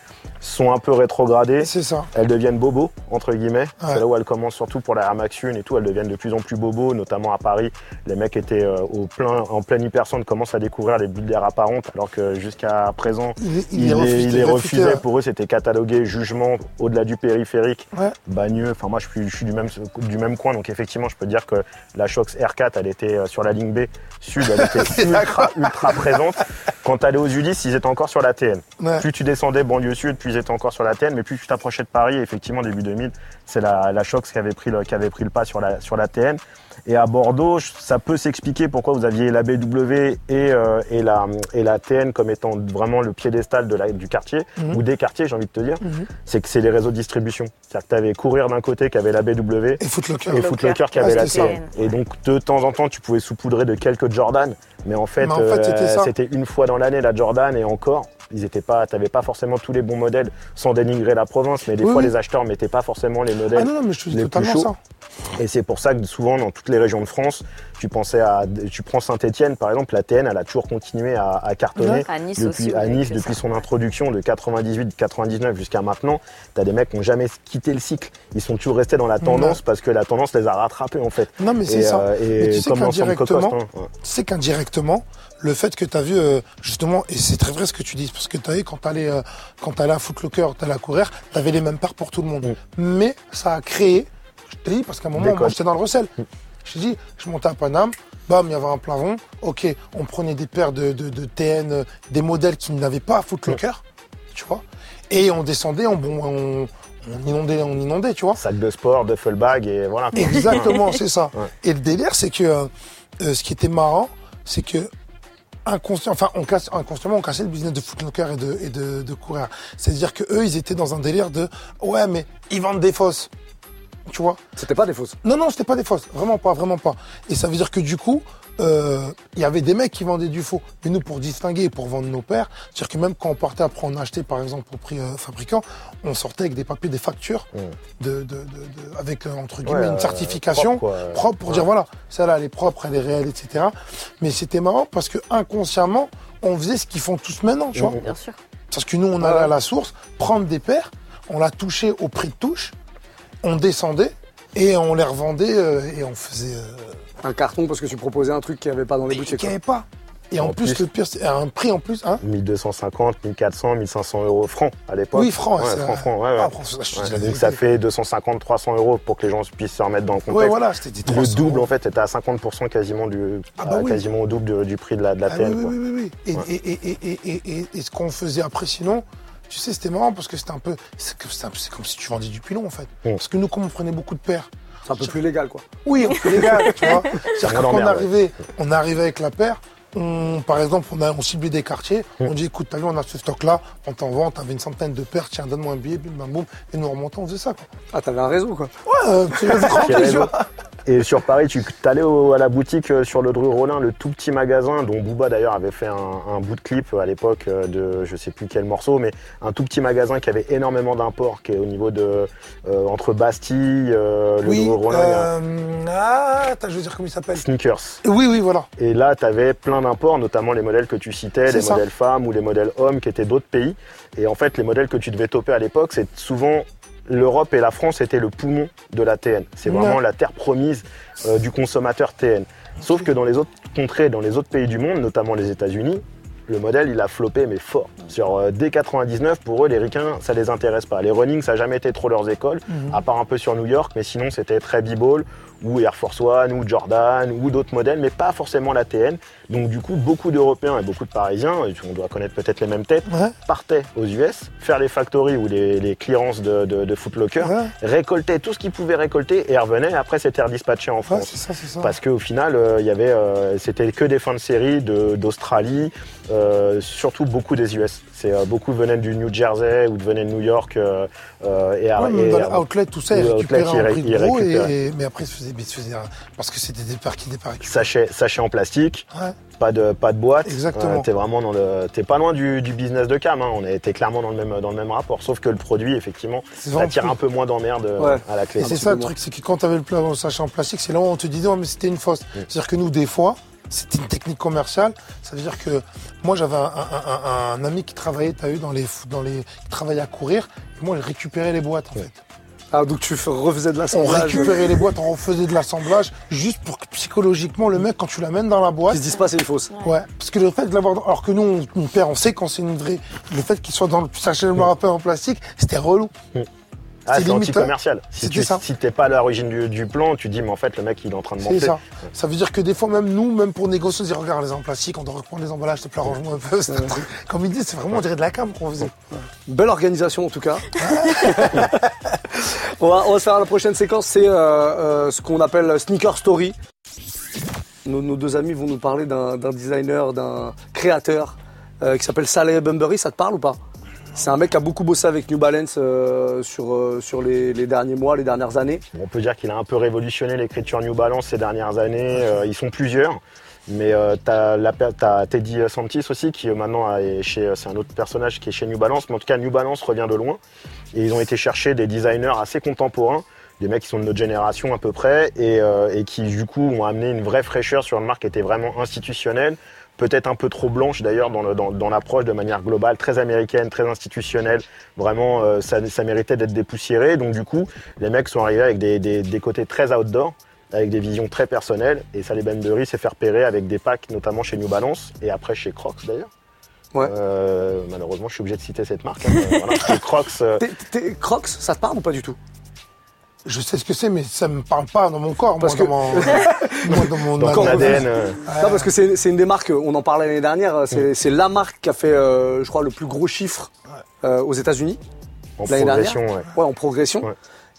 sont un peu rétrogradés.
C'est ça.
Elles deviennent bobos, entre guillemets.
Ouais.
C'est là où elles commencent surtout pour la Air Max 1 et tout. Elles deviennent de plus en plus bobos, notamment à Paris. Les mecs étaient euh, au plein, en pleine hypersonde, commencent à découvrir les bulles d'air apparentes, alors que jusqu'à présent,
Il,
il, les-
refusé,
il les
réfuté,
refusait.
ouais.
Pour eux, c'était catalogué, jugement, au-delà du périphérique,
Ouais.
bagneux. Enfin, moi, je suis, je suis du, même, du même coin, donc effectivement, je peux dire que la Shox R4, elle était euh, sur la ligne B sud, elle était ultra, ultra présente. Quand t'allais aux Ulysses, ils étaient encore sur la TN.
Ouais.
Plus tu descendais banlieue sud, plus ils étaient encore sur la TN, mais plus tu t'approchais de Paris, effectivement, début 2000, c'est la, la Shox qui avait pris le, qui avait pris le pas sur la, sur la TN. Et à Bordeaux, je- ça peut s'expliquer pourquoi vous aviez la BW et, euh, et, la, et la TN comme étant vraiment le piédestal de la, du quartier,
Mhm.
ou des quartiers, j'ai envie de te dire.
Mhm.
C'est que c'est les réseaux de distribution. C'est-à-dire que tu avais Courir d'un côté qui avait la BW,
Et Footlocker.
et
Footlocker.
Footlocker qui
Ah,
avait la
c'était
tienne.
ça.
Et donc, de temps en temps, tu pouvais saupoudrer de quelques Jordan, mais en fait, euh,
Mais en fait, c'était ça.
c'était une fois dans l'année la Jordan, et encore, ils étaient pas, t'avais pas forcément tous les bons modèles, sans dénigrer la province, mais des
Oui,
fois,
oui.
les acheteurs mettaient pas forcément les
Ah
modèles.
non, non, mais je te dis
les plus
totalement
chauds.
ça.
et c'est pour ça que souvent, dans toutes les régions de France, tu pensais à, tu prends Saint-Etienne, par exemple, la TN, elle a toujours continué à, à cartonner.
À Nice
Depuis,
aussi.
à
oui,
Nice,
c'est
depuis
ça.
son introduction de 98, 99 jusqu'à maintenant, t'as des mecs qui n'ont jamais quitté le cycle. Ils sont toujours restés dans la tendance parce que la tendance les a rattrapés en fait.
Non, mais c'est
Et,
ça.
euh, et
Mais tu sais
comme l'ensemble
qu'indirectement,
Cocoste, hein. Ouais.
Tu sais qu'indirectement, le fait que tu as vu, euh, justement, et c'est très vrai ce que tu dis, parce que tu as vu, quand tu allais, à Footlocker, tu allais à courir, tu avais les mêmes paires pour tout le monde.
Mm.
Mais ça a créé, je te dis, parce qu'à un moment,
Des
moi,
codes.
j'étais dans le recel. Je te dis, je montais à Paname, bam, il y avait un plafond. Ok, on prenait des paires de, de- de TN, euh, des modèles qui n'avaient pas à Footlocker, tu vois. Et on descendait, on, bon, on, on inondait, on inondait, tu vois.
Sac de sport, duffel bag et voilà. quoi.
Exactement, c'est ça.
Ouais.
Et le délire, c'est que euh, euh, ce qui était marrant, c'est que inconscient, enfin, on casse, inconsciemment, on cassait le business de footlocker et de, et de, de courir. C'est-à-dire que eux, ils étaient dans un délire de ouais, mais ils vendent des fausses. Tu vois
C'était pas des fausses.
Non, non, c'était pas des fausses. Vraiment pas, vraiment pas. Et ça veut dire que du coup, euh, il y avait des mecs qui vendaient du faux. Mais nous, pour distinguer et pour vendre nos paires, c'est-à-dire que même quand on partait après en acheter, par exemple, au prix euh, fabricant, on sortait avec des papiers, des factures, de, de, de, de- avec, euh, entre guillemets,
Mmh. Ouais,
une
euh,
certification
propre, quoi.
propre pour dire voilà, celle-là elle est propre, elle est réelle, etc. Mais c'était marrant parce que inconsciemment, on faisait ce qu'ils font tous maintenant,
Mmh,
tu vois.
Bien sûr.
Parce que nous, on allait à la source, prendre des paires, on la touchait au prix de touche, on descendait et on les revendait euh, et on faisait. euh,
Un carton parce que tu proposais un truc qu'il n'y avait pas dans les
qu'il
boutiques.
n'y avait pas. Et en,
En
plus,
plus.
le pire, c'est à un prix en plus, hein
1250, 1400, 1500 euros francs à l'époque.
Oui, francs,
Ouais,
c'est-
francs, francs, ouais, ouais.
Ah, franchement, je te
Ouais,
dis la
donc
vérité.
ça fait 250, 300 euros pour que les gens puissent se remettre dans le contexte.
Ouais, voilà, c'était des
Le
300
double,
euros.
en fait, était à 50% quasiment du,
Ah bah
à
oui.
quasiment au double de- du prix de la, de la
Ah oui,
TN,
oui,
quoi.
oui, oui, oui. Et,
Ouais.
et, et, et, et, et, et- et ce qu'on faisait après, sinon, tu sais, c'était marrant parce que c'était un peu. C'est comme, c'est un- c'est comme si tu vendais du pilon, en fait.
Mm.
Parce que nous, comme on prenait beaucoup de paires,
C'est un peu plus légal, quoi.
oui, on fait légal, tu vois. C'est-à-dire que
On
quand on
l'emmerde,
arrivait, on arrivait avec la paire. On, par exemple, on, a, on ciblait des quartiers,
Mm.
on dit écoute, t'as vu, on a ce stock-là, on t'en vend, t'avais une centaine de paires, tiens, donne-moi un billet, bim, bam, boum, et nous remontons, on faisait ça. Quoi.
Ah, t'avais un réseau, quoi.
Ouais, euh, c'est le grand
Quel
prix, tu
réseau.
vois.
Et sur Paris, tu allais au- à la boutique euh, sur le rue Rollin, le tout petit magasin dont Booba d'ailleurs avait fait un, un bout de clip à l'époque euh, de je sais plus quel morceau, mais un tout petit magasin qui avait énormément d'imports, qui est au niveau de euh, entre Bastille, euh, le
Oui,
rue Rollin, il y a
euh, ah, t'as, je veux dire comment il s'appelle.
Sneakers.
Oui, oui, voilà.
Et là, tu avais plein d'imports, notamment les modèles que tu citais,
C'est
les
ça.
modèles femmes ou les modèles hommes qui étaient d'autres pays. Et en fait, les modèles que tu devais toper à l'époque, c'est souvent l'Europe et la France étaient le poumon de la TN. C'est
Ouais.
vraiment la terre promise euh, du consommateur TN. Sauf que dans les autres contrées, dans les autres pays du monde, notamment les États-Unis, le modèle, il a floppé, mais fort. Sur euh, dès 99, pour eux, les ricains, ça les intéresse pas. Les running, ça n'a jamais été trop leurs écoles, à part un peu sur New York, mais sinon, c'était très b-ball, ou Air Force One, ou Jordan, ou d'autres modèles, mais pas forcément la TN. Donc, du coup, beaucoup d'Européens et beaucoup de Parisiens, et on doit connaître peut-être les mêmes têtes,
Ouais,
partaient aux US, faire les factories ou les, les clearances de, de, de Foot Locker,
ouais,
récoltaient tout ce qu'ils pouvaient récolter et revenaient. Après, c'était redispatché en
ouais,
France.
c'est ça, c'est ça.
Parce qu'au final, euh, il y avait, euh, c'était que des fins de série de- d'Australie, euh, surtout beaucoup des US. C'est euh, beaucoup venaient du New Jersey ou venaient de New York euh, euh, et, à-
Ouais,
et
même dans
à-
les outlets, tout ça, ils
les
récupéraient
outlets,
un
ils
prix
ré- ils
gros, et-
récupéraient.
et- mais après, ils se faisaient, ils se faisaient un- parce que c'était des paires qui déparaient.
sachets, sachets en plastique,
Ouais.
pas de pas de boîte. Euh,
Exactement.
t'es vraiment dans le, t'es pas loin du, du business de cam. Hein. On était clairement dans le même dans le même rapport, sauf que le produit effectivement,
C'est
ça
vraiment
tire
cool.
un peu moins d'emmerde euh,
Ouais.
à la
Et
clé.
c'est
petit peu
ça le
moins.
truc, c'est que quand t'avais le plat dans le sachet en plastique, c'est là où on te disait, ouais, mais c'était une fausse. C'est-à-dire que nous, des fois, c'était une technique commerciale. Ça veut dire que moi, j'avais un, un- un- un ami qui travaillait, t'as eu, dans les, fou- dans les, qui travaillait à courir. Et moi, il récupérait les boîtes, en fait.
Ah, donc tu f- refaisais de
On
l'assemblage.
récupérait les boîtes, on refaisait de l'assemblage, juste pour que psychologiquement, le mec, quand tu l'amènes dans la boîte,
Ils se disent pas, c'est une fausse.
Ouais, parce que le fait de l'avoir, dans- alors que nous, on, on perd, on sait quand c'est une vraie. Le fait qu'il soit dans le sachet de rappel en plastique, c'était relou.
Ah,
c'est
c'est
limite,
anti-commercial. Si
c'était
tu,
ça.
si t'es pas à l'origine du, du plan, tu dis mais en fait le mec il est en train de
C'est
monter.
ça. Ça veut dire que des fois, même nous, même pour négocier, on se dit, regarde, les en plastique, on doit reprendre les emballages, s'il te plaît, arrange-moi un peu. c'est un truc. Comme il dit, c'est vraiment, on dirait de la cam qu'on faisait.
Belle organisation en tout cas. on, va, on va se faire à la prochaine séquence, c'est euh, euh, ce qu'on appelle Sneaker Story. Nos, nos deux amis vont nous parler d'un d'un designer, d'un créateur euh, qui s'appelle Saleh Bunbury, ça te parle ou pas C'est un mec qui a beaucoup bossé avec New Balance euh, sur, euh, sur les, les derniers mois, les dernières années.
On peut dire qu'il a un peu révolutionné l'écriture New Balance ces dernières années. Euh, ils sont plusieurs. Mais euh, t'as la per- t'as Teddy Santis aussi qui euh, maintenant est chez c'est un autre personnage qui est chez New Balance mais en tout cas New Balance revient de loin et ils ont été chercher des designers assez contemporains des mecs qui sont de notre génération à peu près et, euh, et qui du coup ont amené une vraie fraîcheur sur une marque qui était vraiment institutionnelle peut-être un peu trop blanche d'ailleurs dans, le- dans- dans l'approche de manière globale, très américaine, très institutionnelle. Vraiment, euh, ça, ça méritait d'être dépoussiéré. Donc du coup, les mecs sont arrivés avec des, des- des côtés très outdoor, avec des visions très personnelles. Et ça, les Benbury s'est fait repérer avec des packs, notamment chez New Balance et après chez Crocs d'ailleurs.
Ouais.
Euh, malheureusement, je suis obligé de citer cette marque. hein. Euh, voilà, chez Crocs. euh,
T'es- t'es- Crocs, ça te parle ou pas du tout
Je sais ce que c'est, mais ça me parle pas dans mon corps,
Parce
moi, dans mon, moi, dans mon
dans ton
Corps
ADN, euh,
Non, parce que c'est c'est une des marques, on en parlait l'année dernière, c'est c'est la marque qui a fait, euh, je crois, le plus gros chiffre euh, aux États-Unis.
en
L'année dernière
progression. ouais.
ouais, en progression.
Ouais.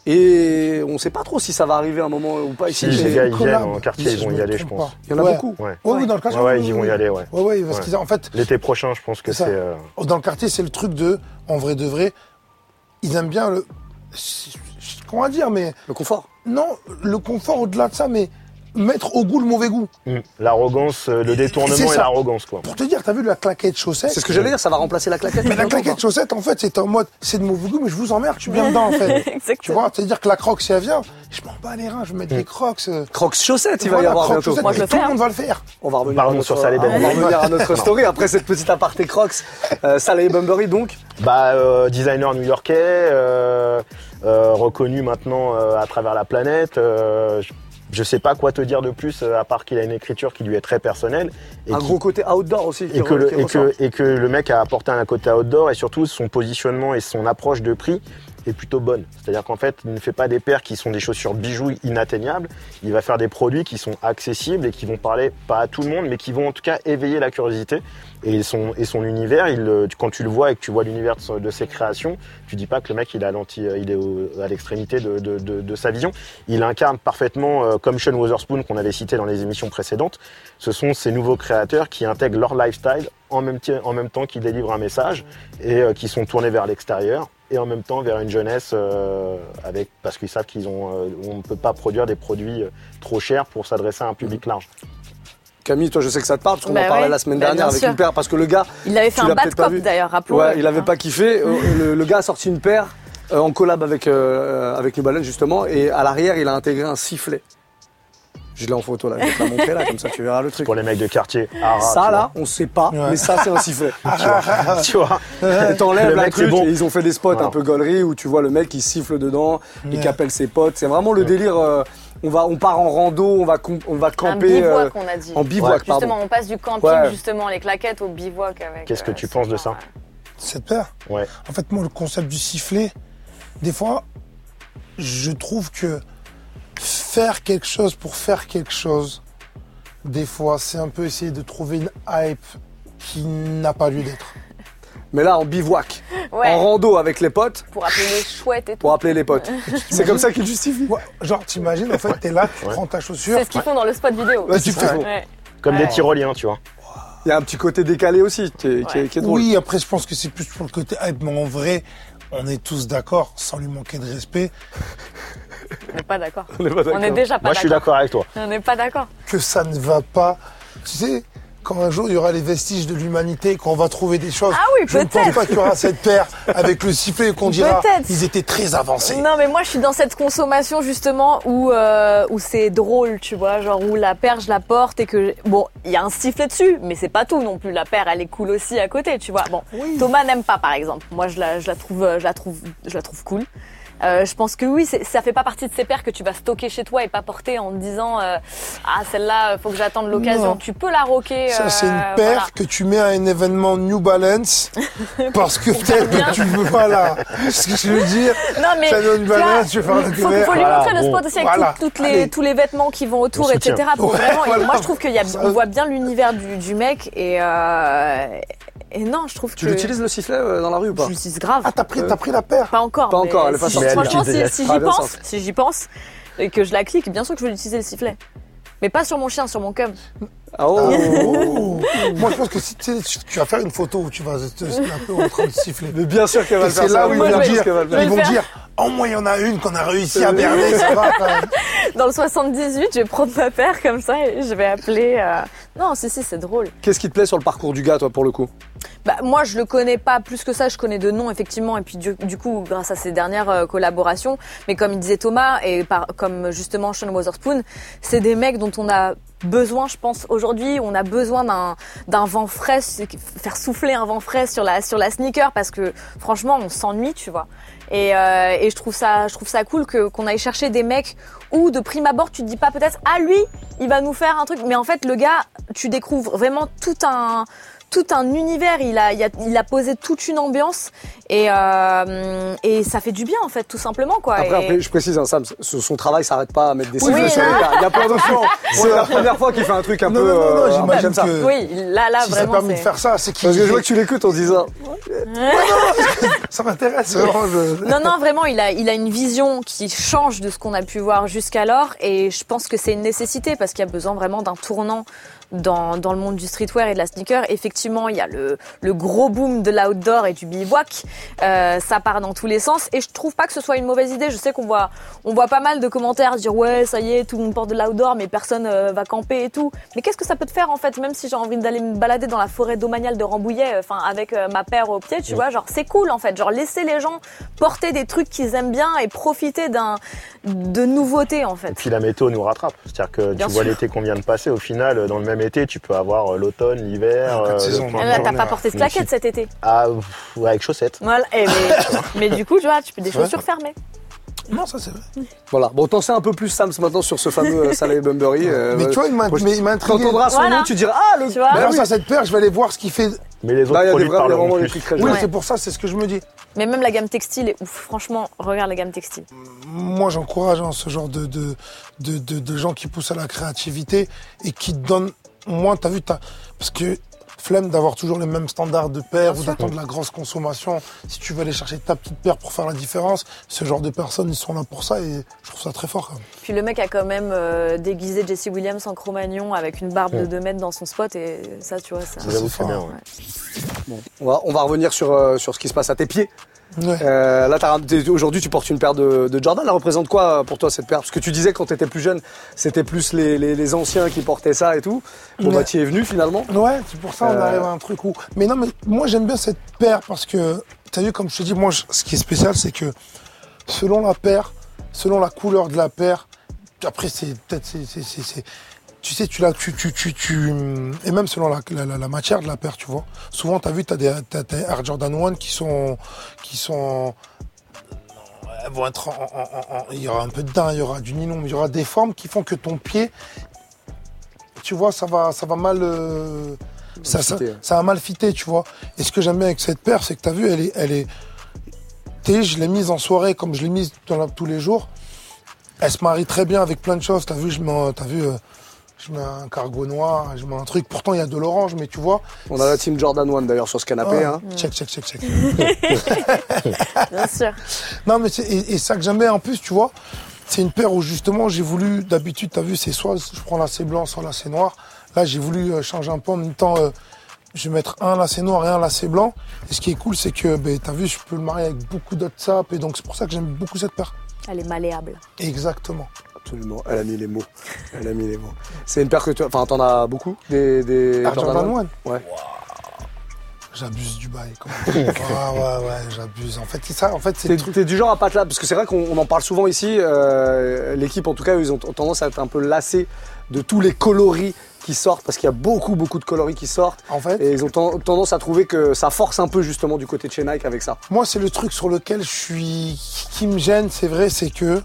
Et on ne sait pas trop si ça va arriver à un moment ou pas. ici,
Si, les
mais
gars, ils viennent en quartier, ils vont y aller, je pense.
il y en a
Ouais.
beaucoup.
Ouais.
Ouais, oui, dans le quartier.
Ouais, ouais,
oui,
ils vont
oui,
y
oui.
aller, ouais.
Ouais, ouais, parce
Ouais.
qu'ils en fait,
L'été prochain, je pense que
C'est
c'est.
ça.
euh,
Oh, dans le quartier, c'est le truc de, en vrai de vrai, ils aiment bien le. Comment dire, mais
Le confort.
non, le confort au-delà de ça, mais mettre au goût le mauvais goût.
mm, L'arrogance, euh, le
C'est
détournement
ça.
et l'arrogance, quoi.
Pour te dire, t'as vu la claquette chaussette
C'est ce que j'allais dire, ça va remplacer la claquette.
Mais la
finalement,
claquette chaussette, en fait, c'est en mode, c'est de mauvais goût, mais je vous emmerde, je suis bien dedans, en fait. tu
Exactement.
vois, c'est-à-dire que la croque, si elle vient, je m'en bats les reins, je vais mettre des crocs. euh,
quoi. Crocs chaussettes, il va Mm. y
voilà,
avoir
crocs
bientôt.
chaussettes,
Moi, je
et
le
tout
fais,
le
hein.
monde va le faire.
On va revenir, à
Pardon
notre,
sur Salé
ah, on va
Bunbury.
revenir à notre story après cette petite aparté Crocs. Euh, Salé Bunbury, donc,
Bah, euh, designer new-yorkais, euh, euh, reconnu maintenant euh, à travers la planète. euh, je- je sais pas quoi te dire de plus euh, à part qu'il a une écriture qui lui est très personnelle et
Un
qui-
gros côté outdoor aussi. qui
et que,
re- qui
le, et,
ressort.
que, et que le mec a apporté un côté outdoor et surtout son positionnement et son approche de prix est plutôt bonne. C'est-à-dire qu'en fait, il ne fait pas des paires qui sont des chaussures bijoux inatteignables, il va faire des produits qui sont accessibles et qui vont parler pas à tout le monde, mais qui vont en tout cas éveiller la curiosité. Et son, et son univers, il, le- quand tu le vois et que tu vois l'univers de, son- de ses créations, tu dis pas que le mec il, a l'anti- euh, il est au- à l'extrémité de, de- de- de sa vision. Il incarne parfaitement, euh, comme Sean Wotherspoon qu'on avait cité dans les émissions précédentes, ce sont ces nouveaux créateurs qui intègrent leur lifestyle en même, ti- en même temps qu'ils délivrent un message et euh, qui sont tournés vers l'extérieur et en même temps vers une jeunesse euh, avec parce qu'ils savent qu'ils ont euh, on ne peut pas produire des produits euh, trop chers pour s'adresser à un public large.
Camille, toi, je sais que ça te parle, parce qu'on
Bah
en parlait
ouais.
la semaine
Bah,
dernière
bien
avec
sûr.
une paire, parce que le gars,
Il avait fait
Tu
un
l'as
bad
peut-être pas
cop
vu.
d'ailleurs, rappelons.
ouais, il avait pas kiffé. Euh, le, le gars a sorti une paire euh, en collab avec, euh, avec New Balance, justement, et à l'arrière, il a intégré un sifflet. Je l'ai en photo, là, je vais te la montrer, là, comme ça, tu verras le truc.
Pour les mecs de quartier, Ara,
Ça, là, on sait pas,
Ouais.
mais ça, c'est un sifflet.
Ah.
tu vois, tu vois.
Et T'enlèves
Le
la
mec, c'est
truc
bon.
et ils ont fait des spots
Voilà.
un peu gaulerie où tu vois le mec qui siffle dedans et
Ouais.
qui appelle ses potes. C'est vraiment le délire. euh, on va, on part en rando, on va, com- on va
Un
camper euh,
bivouac, on a dit.
en bivouac, pardon.
Justement, on passe du camping,
Ouais.
justement, les claquettes au bivouac avec.
Qu'est-ce que
euh,
tu
ce
penses de
genre,
ça
euh,
Cette paire
Ouais.
En fait, moi, le concept du sifflet, des fois, je trouve que faire quelque chose pour faire quelque chose, des fois, c'est un peu essayer de trouver une hype qui n'a pas lieu d'être.
Mais là, en bivouac,
Ouais,
en rando avec les potes
pour appeler les chouettes et tout.
pour appeler les potes. C'est comme ça qu'ils justifient.
Ouais, genre, t'imagines, en fait, t'es là, tu prends ta chaussure,
C'est ce qu'ils font dans le spot vidéo.
Ouais, tu fais-
Ouais.
comme
Ouais.
des Tyroliens, tu vois.
Il y a un petit côté décalé aussi qui est, qui est- qui est drôle.
Oui, après, je pense que c'est plus pour le côté hype, mais en vrai, on est tous d'accord, sans lui manquer de respect,
On n'est pas d'accord.
On est pas
On est
d'accord.
déjà pas
Moi, je suis
Bah, d'accord.
d'accord avec toi.
On n'est pas d'accord.
que ça ne va pas. Tu sais, quand un jour il y aura les vestiges de l'humanité, qu'on va trouver des choses.
Ah oui,
Je ne pense
peut-être.
pas qu'il y aura cette paire avec le sifflet et qu'on dira
Peut-être.
ils étaient très avancés.
Non, mais moi, je suis dans cette consommation, justement, où, euh, où c'est drôle, tu vois. Genre, où la paire, je la porte et que. Bon, il y a un sifflet dessus, mais c'est pas tout non plus. La paire, elle est cool aussi à côté, tu vois. Bon, Thomas n'aime pas, par exemple. Moi, je la, je la, trouve, euh, je la, trouve, je la trouve cool. Euh, je pense que oui, c'est- ça fait pas partie de ces paires que tu vas stocker chez toi et pas porter en te disant euh, ah celle-là euh, faut que j'attende l'occasion.
Non.
Tu peux la roquer.
Ça, c'est une
euh,
paire
voilà.
que tu mets à un événement New Balance parce que peut-être
bien.
que tu veux pas là. Ce que je veux dire,
Non mais
ça donne une
tu vois,
balance, tu vas faire un
faut,
truc
faut lui
vert.
Voilà,
montrer le
bon,
spot aussi avec
voilà.
tout- toutes les,
Allez.
tous les vêtements qui vont autour,
On
etc. Pour
Ouais,
vraiment,
voilà.
moi je trouve qu'il y a,
Ça-
on voit bien l'univers du, du mec et euh, et non, je trouve
Tu
que
l'utilises le sifflet euh, dans la rue ou
Je
pas
l'utilise grave.
ah, t'as pris, t'as pris la paire.
Pas encore.
Pas
mais
encore, elle est pas
si-
sortie.
Franchement,
Mais elle est
si, si
déjà-
j'y
Ah, bien
pense,
sortie.
si j'y pense et que je la clique, bien sûr que je vais l'utiliser le sifflet. Mais pas sur mon chien, sur mon cum.
Ah oh
Oh. Moi, je pense que si tu, sais, tu vas faire une photo où tu vas te un peu en train de siffler.
Mais bien sûr qu'elle va
Et
le
c'est
faire.
là
ça,
où
oui,
ils
moi,
bien
je
vont
vais-
sûr
dire,
qu'elle va le
je
faire.
ils
le
vont
faire.
dire, au moins il y en a une qu'on a réussi à berner, ça va quand même.
Dans le 78, je vais prendre ma paire comme ça et je vais appeler. euh, Non, si, si, c'est drôle.
Qu'est-ce qui te plaît sur le parcours du gars, toi, pour le coup
Bah, moi, je le connais pas plus que ça. Je connais de nom, effectivement. Et puis, du, du coup, grâce à ces dernières euh, collaborations, mais comme il disait Thomas, et par, comme justement Sean Wotherspoon, c'est des mecs dont on a besoin, je pense, aujourd'hui. On a besoin d'un, d'un vent frais, c'est- faire souffler un vent frais sur la, sur la sneaker parce que, franchement, on s'ennuie, tu vois. Et, euh, et je trouve ça, je trouve ça cool que, qu'on aille chercher des mecs où, de prime abord, tu te dis pas peut-être, ah, lui, il va nous faire un truc. Mais en fait, le gars, tu découvres vraiment tout un, tout un univers. Il a, il a, il a posé toute une ambiance et, euh, et ça fait du bien en fait, tout simplement quoi.
Après,
Et-
après, je précise, hein, Sam, ce- son travail s'arrête pas à mettre des
Oui,
sifflets
oui,
sur les
non.
gars. Il y a plein d'options. C'est la première fois qu'il fait un truc un
Non,
peu.
non, non, non,
euh,
j'imagine
un peu comme ça.
que-
oui, là, là
si ça a
Ah, vraiment.
permis de
c'est-
faire ça, c'est qu'il
Parce que je vois que tu l'écoutes en se disant.
Ça m'intéresse vraiment. je-
Non, non, vraiment, il a, il a une vision qui change de ce qu'on a pu voir jusqu'alors. Et je pense que c'est une nécessité parce qu'il y a besoin vraiment d'un tournant dans, dans le monde du streetwear et de la sneaker. Effectivement, il y a le, le gros boom de l'outdoor et du bivouac. Euh, ça part dans tous les sens. Et je trouve pas que ce soit une mauvaise idée. Je sais qu'on voit, on voit pas mal de commentaires dire ouais, ça y est, tout le monde porte de l'outdoor, mais personne euh, va camper et tout. Mais qu'est-ce que ça peut te faire en fait, même si j'ai envie d'aller me balader dans la forêt domaniale de Rambouillet, enfin avec euh, ma paire au pied, tu vois, genre c'est cool en fait. Genre laisser les gens porter des trucs qu'ils aiment bien et profiter d'un de nouveautés en
Et
fait.
puis la météo nous rattrape. C'est-à-dire que
Bien
tu vois
sûr.
l'été qu'on vient de passer, au final, euh, dans le même été, tu peux avoir euh, l'automne, l'hiver,
Ah, quatre
euh, le
saisons,
printemps.
ouais.
Ah, Là, t'as
journée, hein,
pas porté de
ouais.
claquettes cet été.
Ah, pff, ouais, avec chaussettes.
Voilà. Et mais, mais du coup, tu vois, tu peux des
C'est vrai.
chaussures fermées.
Non, ça c'est vrai.
Voilà. Bon, t'en sais un peu plus, Sam, maintenant sur ce fameux euh, Salé Bumbery. euh,
mais tu vois, il m'a
moi, je-
mais il m'a intrigué.
T'entendras son
Voilà.
nom, tu diras Ah, le.
Tu vois
Bah
Grâce
oui.
à cette paire, je vais aller voir ce qu'il fait.
Mais les autres
Là, il y a des
produits
vrais,
parleront
vraiment des
plus.
trucs très
Oui,
jolis.
c'est pour ça, c'est ce que je me dis.
Mais même la gamme textile est ouf. Franchement, regarde la gamme textile.
Moi, j'encourage hein, ce genre de, de, de, de- de gens qui poussent à la créativité et qui donnent moins. T'as vu, t'as- parce que flemme d'avoir toujours les mêmes standards de paires ou d'attendre la grosse consommation. Si tu veux aller chercher ta petite paire pour faire la différence, ce genre de personnes, ils sont là pour ça et je trouve ça très fort. Quand même.
Puis le mec a quand même euh, déguisé Jesse Williams en Cro-Magnon avec une barbe de 2 mètres dans son spot et ça, tu vois, ça.
Ça,
J'avoue,
c'est
c'est bien.
fort.
Ah, ouais.
On va, on va revenir sur, euh, sur ce qui se passe à tes pieds.
Ouais.
Euh, là, t'as- t'es- aujourd'hui, tu portes une paire de, de Jordan. Elle représente quoi euh, pour toi cette paire Parce que tu disais quand t'étais plus jeune, c'était plus les, les, les anciens qui portaient ça et tout. Bon,
Ouais.
bah, t'y es venu finalement.
Ouais, c'est pour ça on
Euh,
arrive à un truc où. Mais non, mais moi j'aime bien cette paire parce que, t'as vu, comme je te dis, moi je- ce qui est spécial, c'est que selon la paire, selon la couleur de la paire, après c'est peut-être c'est c'est- c'est- c'est- tu sais, tu la, tu, tu, tu, tu, et même selon la, la, la- la matière de la paire, tu vois. Souvent, t'as vu, t'as des, t'as des Air Jordan 1 qui sont, qui sont, elles vont être en, en- en- en- il y aura un peu de daim, il y aura du nylon, mais il y aura des formes qui font que ton pied, tu vois, ça va, ça va mal, euh, ça, ça,
fitter, ouais.
ça va mal fitter, tu vois. Et ce que j'aime bien avec cette paire, c'est que t'as vu, elle est, elle est, tu sais, je l'ai mise en soirée comme je l'ai mise dans la- tous les jours. Elle se marie très bien avec plein de choses. T'as vu, je mets, un- t'as vu, euh, je mets un cargo noir, je mets un truc. Pourtant, il y a de l'orange, mais tu vois.
On a la team Jordan 1 d'ailleurs sur ce canapé.
Ouais.
hein.
Check, check, check, check.
Bien sûr.
Non, mais c'est et, et ça que j'aimais en plus, tu vois. C'est une paire où justement j'ai voulu, d'habitude, t'as vu, c'est soit je prends lacet blanc, soit lacet noir. Là, j'ai voulu euh, changer un peu en même temps. euh, je vais mettre un lacet noir et un lacet blanc. Et ce qui est cool, c'est que, ben, t'as vu, je peux le marier avec beaucoup d'autres sapes. Et donc, c'est pour ça que j'aime beaucoup cette paire.
Elle est malléable.
Exactement.
Absolument. Elle a mis les mots. Elle a mis les mots. C'est une paire que tu, enfin, t'en as beaucoup des, des
Ah, Jordan
One
One
Ouais.
J'abuse du bail. Quand même. ah ouais, ouais, j'abuse. En fait, c'est ça. En fait, c'est
T'es
le truc.
t'es du genre à pas te la- parce que c'est vrai qu'on on en parle souvent ici. euh, L'équipe, en tout cas, ils ont t- tendance à être un peu lassés de tous les coloris qui sortent, parce qu'il y a beaucoup, beaucoup de coloris qui sortent.
En fait,
Et ils ont ten- tendance à trouver que ça force un peu justement du côté de chez Nike avec ça.
moi, c'est le truc sur lequel je suis. qui me gêne, c'est vrai, c'est que.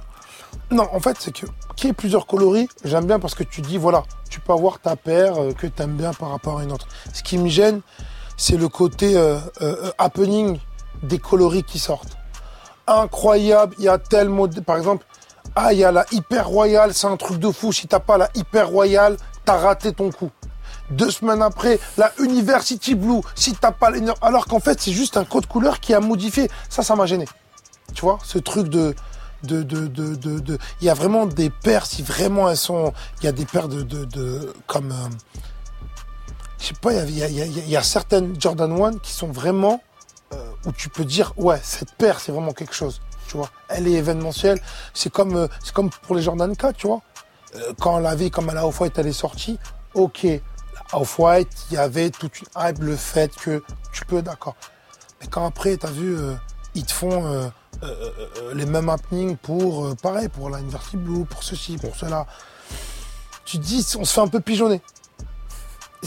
Non, en fait, c'est que qu'il y ait plusieurs coloris, j'aime bien parce que tu dis, voilà, tu peux avoir ta paire euh, que tu aimes bien par rapport à une autre. Ce qui me gêne, c'est le côté euh, euh, happening des coloris qui sortent. Incroyable, il y a tel mode. Par exemple, ah, il y a la hyper royale, c'est un truc de fou. Si t'as pas la hyper royale, t'as raté ton coup. Deux semaines après, la University Blue, si t'as pas l'éner- Alors qu'en fait, c'est juste un code couleur qui a modifié. Ça, ça m'a gêné. Tu vois, ce truc de. De, de, de, de, de- Il y a vraiment des paires, si vraiment elles sont. Il y a des paires de. de, de- comme. euh, Je sais pas, il y a- il y a, il y a- il y a- il y a certaines Jordan 1 qui sont vraiment. euh, où tu peux dire, ouais, cette paire, c'est vraiment quelque chose. Tu vois, elle est événementielle. C'est comme, euh, c'est comme pour les Jordan 4, tu vois. Euh, quand la vie, comme à la Off-White, elle est sortie, ok, la Off-White, il y avait toute une hype, le fait que tu peux, d'accord. Mais quand après, t'as vu, euh, ils te font euh, euh, euh, euh, les mêmes happenings pour, euh, pareil, pour la University Blue, pour ceci, pour cela. Tu te dis, on se fait un peu pigeonner.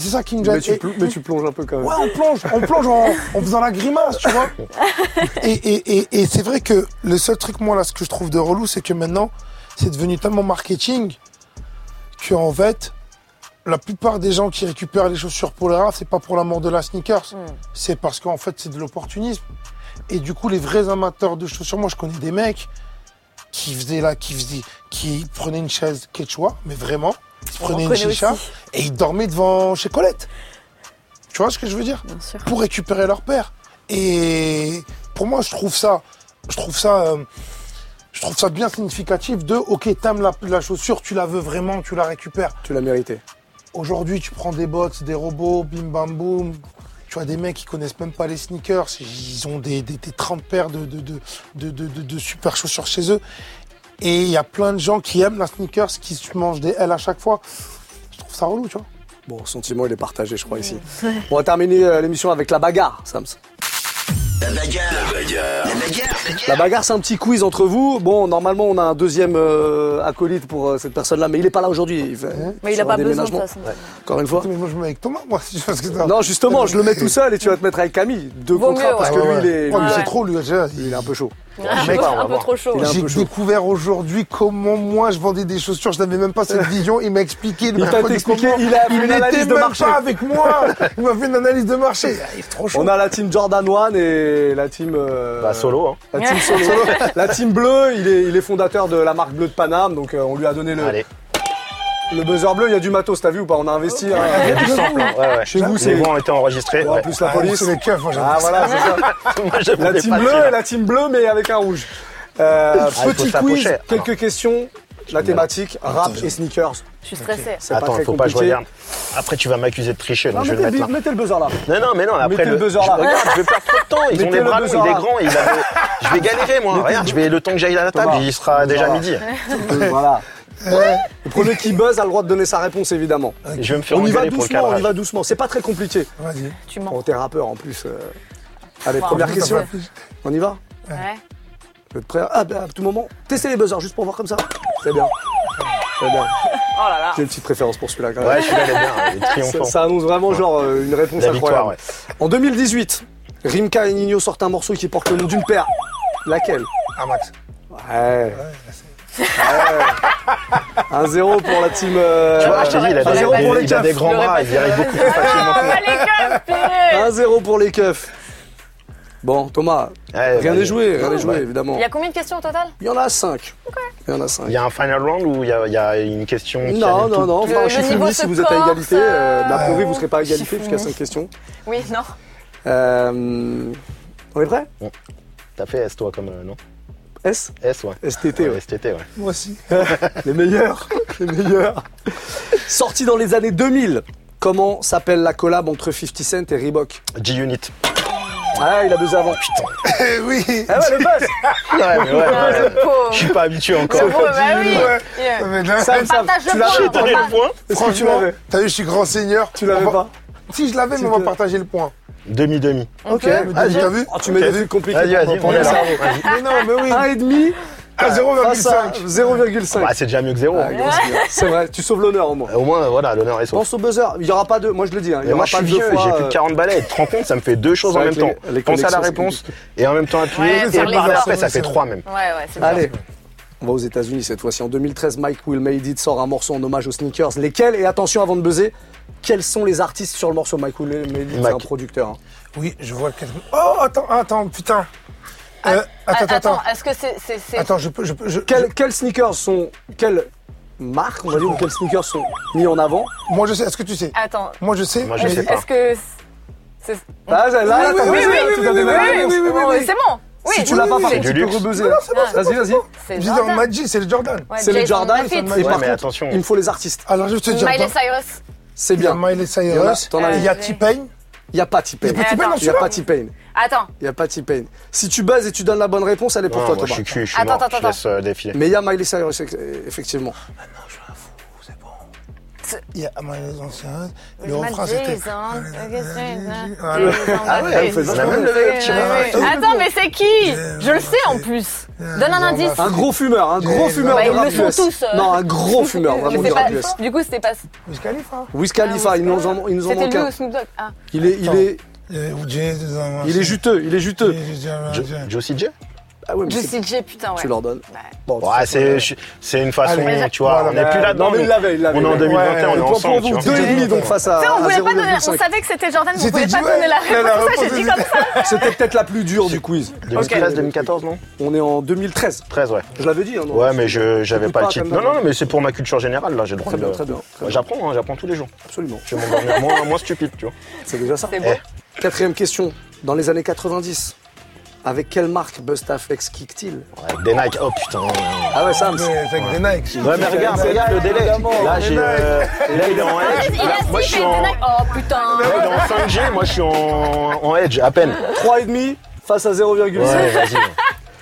C'est ça qui me gêne.
Mais tu,
Et-
pl- mais tu plonges un peu quand même.
Ouais, on plonge, on plonge en, en faisant la grimace, tu vois. Et, et, et, et c'est vrai que le seul truc, moi, là, ce que je trouve de relou, c'est que maintenant, c'est devenu tellement marketing que, en fait, la plupart des gens qui récupèrent les chaussures pour les rafles, c'est pas pour l'amour de la sneakers.
Mm.
C'est parce qu'en fait, c'est de l'opportunisme. Et du coup, les vrais amateurs de chaussures, moi, je connais des mecs qui faisaient là, qui faisaient, qui prenaient une chaise quechua, mais vraiment, ils
On en
prenaient une
connaît
chicha
aussi.
et ils dormaient devant chez Colette. Tu vois ce que je veux dire
Bien sûr.
pour récupérer leur père. Et pour moi, je trouve ça, je trouve ça, euh, je trouve ça bien significatif de, ok, t'aimes la, la chaussure, tu la veux vraiment, tu la récupères.
Tu l'as mérité.
Aujourd'hui, tu prends des bottes, des robots, bim bam boum. Tu vois des mecs qui connaissent même pas les sneakers, ils ont des, des, des 30 paires de, de, de, de, de- de- de super chaussures chez eux. Et il y a plein de gens qui aiment la sneakers, qui se mangent des L à chaque fois. Je trouve ça relou, tu vois.
Bon, le sentiment, il est partagé, je crois, ici. On va terminer euh, l'émission avec la bagarre, Sams.
La bagarre. La bagarre. La bagarre.
La bagarre, c'est un petit quiz entre vous. Bon, normalement, on a un deuxième euh, acolyte pour euh, cette personne-là, mais il est pas là aujourd'hui. Il fait-
Mais il
sur
a
un
pas besoin de toute
déménagement.
façon.
Encore une fois.
Mais moi, je me mets avec Thomas, moi. je pense que ça-
Non, justement, je le mets tout seul et tu vas te mettre avec Camille. Deux
Vaut
contrats
mieux,
parce
ouais.
que lui,
Ah Ouais, ouais.
il est,
Ouais, mais
Ouais,
c'est
ouais.
trop, lui, déjà.
il est un peu chaud.
Je sais
Mec,
pas, on va
un peu
voir.
trop chaud.
Il a un
J'ai
peu chaud.
découvert aujourd'hui comment moi je vendais des chaussures. Je n'avais même pas cette vision. Il m'a expliqué.
Il
m'a
t'a
pas dit
expliqué,
comment.
il a fait
Il
une
n'était
analyse de
même
marché.
pas avec moi. Il m'a fait une analyse de marché. Ah, Il est trop chaud.
On a la team Jordan One et la team. euh,
Bah, solo, hein.
La team solo. la team bleue, il est, il est fondateur de la marque bleue de Paname, donc euh, on lui a donné le,
Allez.
le buzzer bleu. Il y a du matos, t'as vu ou pas On a investi. hein.
Il y a du sample, hein. Ouais, ouais.
Ah, Chez vous, c'est-
Les voix ont été enregistrées.
En
ouais.
plus, la
Ah,
police.
c'est les keufs, moi, j'aime
Ah
pas
voilà, c'est ça.
Moi, j'avoue,
La
on est
team
pas
bleue
dessus,
et la team bleue, mais avec un rouge. Euh,
Ah, il faut
petit
se la
quiz,
pochette.
quelques questions. La thématique, rap et sneakers.
Je suis stressée.
C'est pas
Attends,
très
faut pas que je
compliqué.
regarde. Après, tu vas m'accuser de tricher,
Non,
donc je vais
mettez,
le mettre
le-
là.
mettez le buzzer là.
Non, non, mais non, après
Mettez le buzzer là.
Regarde, je vais perdre trop de temps. Ils ont
Mettez
les
le
bras longs,
buzzer
il est
là.
grand. Il a le- Je vais galérer, moi. Regarde, je vais le temps que j'aille à la table,
Thomas,
il sera
le
déjà
buzzer là.
midi.
Euh, voilà.
Euh.
Le premier qui buzz a le droit de donner sa réponse, évidemment.
Et Je vais me faire
On y va
engueuler Euh, pour le
doucement, on y
cadrage.
va doucement. C'est pas très compliqué.
Vas-y.
Tu
Quand
mens.
t'es rappeur en plus. euh. Allez,
Wow.
première
Ouais.
question. On y va
Ouais.
Vous êtes prêts Ah, bah, à tout moment. Testez les buzzers juste pour voir comme ça. C'est bien. C'est bien.
Oh là là.
J'ai une petite préférence pour celui-là quand même.
Ouais, celui-là, il est bien, il est
ça,
triomphant.
ça annonce vraiment genre euh, une réponse
La
incroyable.
victoire, ouais.
En 2018, Rimka et Nino sortent un morceau qui porte le nom d'une paire. Laquelle
Ah, Max.
Ouais. Un zéro pour la team. euh,
Tu vois, je t'ai dit, il a
un
des-
zéro pour
des-
les
il a des
keufs.
grands bras, il virait beaucoup plus facilement. que moi.
Ah, les gueules, purée.
Un zéro pour les keufs. Bon, Thomas,
Ouais,
rien
Eh, vas-y.
n'est joué, rien n'est joué
Ouais.
évidemment.
Il y a combien de questions au total
Il y en a 5. Il y en a 5.
Il y a un final round ou il y a, il y a une question qui
Non,
annule
non,
tout
non,
Le-
enfin,
le
je suis
niveau
fini si
se
vous êtes à
corse,
égalité. euh, mais a
euh,
priori, vous serez pas à égalité
Chifoumi.
puisqu'il y a 5 questions.
Oui, non.
Euh, on est prêt
T'as fait S toi comme euh, non
S
S ouais.
STT, ouais.
STT ouais.
Moi aussi.
Les meilleurs, les meilleurs. Sorti dans les années 2000, comment s'appelle la collab entre 50 Cent et Reebok
G Unit.
Ah, il a deux avant. Putain.
Eh oui.
Ah ouais, le boss
Ouais, mais ouais,
Ah,
ouais.
le pauvre.
Je suis pas habitué encore.
Le pauvre, bah oui.
Ouais.
Yeah.
Mais là,
Sam, Sam,
Partage
tu
le
l'avais
J'ai
point.
donné le point.
Est-ce que tu
franchement,
l'avais
t'as vu, je suis grand seigneur.
Tu l'avais
On va-
pas
Si, je l'avais, mais on va
C'était-
partager le point.
Demi demi.
Ok,
Mais t'as
vas-y.
vu
Oh, tu mets des trucs compliqués.
Vas-y, vas-y,
pour
on est
le
là.
cerveau.
Mais non, mais oui.
Un et demi
À
face à
0,5.
0,5.
Bah, c'est déjà mieux que zéro.
Ah, gros, c'est bien. C'est vrai, tu sauves l'honneur au moins.
Euh, Au moins voilà, l'honneur est sauf.
Pense au buzzer, il n'y aura pas de. Moi je le dis, hein, il n'y
Mais moi
aura
je
pas
suis
de
vieux,
deux fois.
j'ai plus
euh,
de 40 balais. Tu te rends compte, ça me fait deux choses
C'est
en
vrai
même temps.
que les- les
Pense à
connexions,
la
c'est
réponse et en même temps appuyer.
Ouais,
et
faire
par
les
après,
efforts.
ça fait trois même.
Ouais, ouais, c'est bien.
Allez, on va aux États-Unis cette fois-ci. En 2013, Mike Will Made It sort un morceau en hommage aux sneakers. Lesquels Et attention avant de buzzer, quels sont les artistes sur le morceau Mike Will Made It, c'est
Mike.
un producteur. hein.
Oui, je vois quelqu'un. Oh, attends, attends, putain. Euh, attends, attends.
Est-ce que c'est. ah, c'est- c'est-
Attends, je peux. Je, peux- je-
Quels, quels sneakers sont. Quelles marques, on va dire, ou quels sneakers sont mis en avant
je- Moi, je sais. Est-ce que tu sais
Attends.
Moi, je sais.
Moi, je
mais-
sais pas.
Est-ce que. c'est-
Ah, là, là, t'as buzzé, là, tu t'as donné la réponse.
oui, c'est bon. Oui,
Si tu l'as pas, par
C'est
contre,
du
tu peux
luxe.
rebuzzer.
Non, non, c'est bon, c'est
Vas-y, vas-y.
c'est
Je disais, on
Jordan.
m'a dit, c'est le Jordan.
Ouais,
C'est le
Jason
Jordan,
Lafitte.
mais
Ouais,
par
mais
contre,
attention.
il me faut les artistes.
Alors, je vais te dire.
Miley
attends,
Cyrus.
C'est
Il y a
bien.
Miley
Il y en a-
Cyrus.
t'en as-
Il y a
Ouais.
T-Pain.
Il n'y a pas T-Pain.
Pas T-Pain, non,
Il n'y a
celui-là.
pas T-Pain.
Attends,
Il n'y a pas T-Pain. Si tu bases et tu donnes la bonne réponse, elle est pour
Non,
toi,
moi, je
Thomas.
suis cuit, je suis
Attends,
mort. Je
attends,
laisse euh, défiler.
Mais il y a Miley Cyrus, ex- effectivement.
Il y a ah, Miley Cyrus. Le
Jason,
refrain, hein. c'était. Ah,
Jason,
Ah ouais, elle
Lafitte.
fait
ça.
ça. même le mec, tu vois.
ouais.
Euh, Attends, mais c'est qui Je le sais en plus. Donne un indice.
Un gros fumeur, un gros
Et
fumeur
bah,
de
ils le
rap
sont
US.
tous, euh.
Non, un gros fumeur
Mais
vraiment
c'est
de
pas-
rap US.
Du coup, c'était pas.
Wiz Khalifa.
Wiz Khalifa, il nous en, il nous en
C'était
manque
lui
un.
ou Snoop Dogg Ah,
Il est, il est,
Euh, Jason,
il est juteux, il est juteux.
Jo-
Jason.
Joe CJ
Ah ouais, mais c'est-
Juicy J, putain, ouais.
tu leur donnes.
Ouais.
Bon,
Ouais, c'est je- c'est une façon,
Allez.
tu vois, on
Voilà,
n'est plus là-dedans,
Non, mais il
mais
l'avait, il l'avait.
on est en
il l'avait.
2021, on est
Le point pour
ensemble, tu
vous,
vois.
vois.
deux et demi donc face à,
Tu sais, on
à
voulait pas donner. On
0,5.
savait que c'était Jordan, mais on
C'était
voulait
dit,
pas
ouais.
donner la
Mais
réponse.
la
C'est pour ça, que j'ai dit
réponse,
comme ça.
C'était peut-être la plus dure du quiz.
2013, 2014, non
On est en 2013.
13, ouais.
Je l'avais dit. hein, non
Ouais, mais je j'avais
T'écoutes
pas le
pas,
titre.
comme
Non,
d'hab.
non, non, mais c'est pour ma culture générale, là, j'ai le droit
Très
de.
bien, très bien. très bien.
Ouais, J'apprends, hein, j'apprends tous les jours.
Absolument.
Je vais m'endormir moins, moins stupide, tu vois.
C'est déjà ça.
C'est bon.
Quatrième question. Dans les années 90, avec quelle marque Bustaflex kick-t-il
Ouais, des Nike, oh putain. Ouais,
Ah ouais, Sam.
Mais avec des Nike.
mais regarde,
c'est-
regarde le délai.
évidemment,
Là, j'ai.
des
euh, Là, il est en edge.
Ah, Il a
Là, Moi, je
dit,
suis
mais
en.
Zena- Oh putain.
Il est en 5G, moi, je suis en, en edge, à peine.
3,5 face à 0,5.
Ouais, vas-y.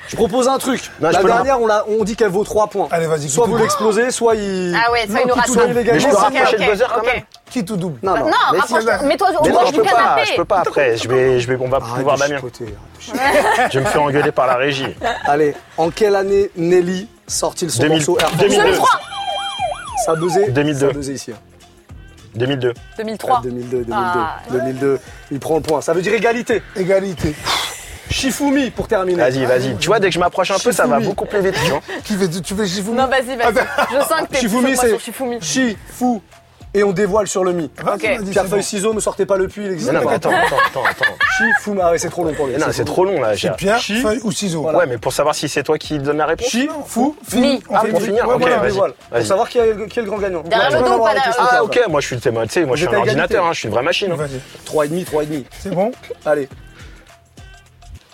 Je propose un truc.
Non, je
la
peux
dernière, on, l'a- on dit qu'elle vaut 3 points.
Allez, vas-y,
Soit
qui
vous
tout-
l'explosez, soit il.
Ah ouais, soit il nous
qui
rattrape.
soit il est
Mais
gagné.
je peux
soit-
Ok,
rapprocher le
ok,
buzzer quand
ok.
même.
Qui tout double
Non, non.
Non,
Mais
rapproche-toi. Mets-toi au
Mais non,
bord
je
du
peux pas,
canapé.
je peux pas après. Je vais, je vais, on va plus
Arrête
voir
de
Damien.
chipoter, arrête de chipoter.
Je vais me fais engueuler par la régie.
Allez, en quelle année Nelly sort-il son
2000
morceau Air Force
2002.
One Ça buzzait.
2002.
Ça buzzait ici. hein.
2002.
2003.
2002, 2002,
Ah.
2002. Il prend le point. Ça veut dire égalité.
Égalité.
Je
Shifumi pour terminer.
Vas-y, vas-y. Tu vois, dès que je m'approche un peu, ça va
Shifumi.
beaucoup plus vite. tu vois.
Qui veut, tu veux Shifumi
Non, bah, vas-y, vas-y. Je sens que t'es sur
Shifumi,
moi
c'est
sur Shifumi.
Shifu. Et on dévoile sur le mi.
Vas-y,
Ok.
vas-y, Ah, c'est
Pierre
bon.
feuille ciseaux, ne sortez pas le puits, il existe.
Mais non, mais
pas.
attends, attends, attends, attends.
Shifu, ah ouais, c'est trop long pour lui.
Mais non, c'est trop long là. j'ai-
C'est Pierre,
Chi-
feuille ou ciseau.
Voilà.
Ouais, mais pour savoir si c'est toi qui donne la réponse.
Shifu.
Fini.
Ah,
On
pour
fait-
finir,
ouais,
ok,
voilà.
on
vas-y,
dévoile. Pour
vas-y.
savoir qui est le, qui est le grand gagnant.
Derrière
Rien
le
à
dos,
voir
pas
avec les
derrière
questions,
Ah
ça.
ok, moi je suis, tu sais, moi, tu sais, moi je
Vous
suis
êtes
un
à égalité.
ordinateur, hein, je suis une vraie machine. hein.
Vas-y.
Trois et demi, trois et demi.
C'est bon
Allez.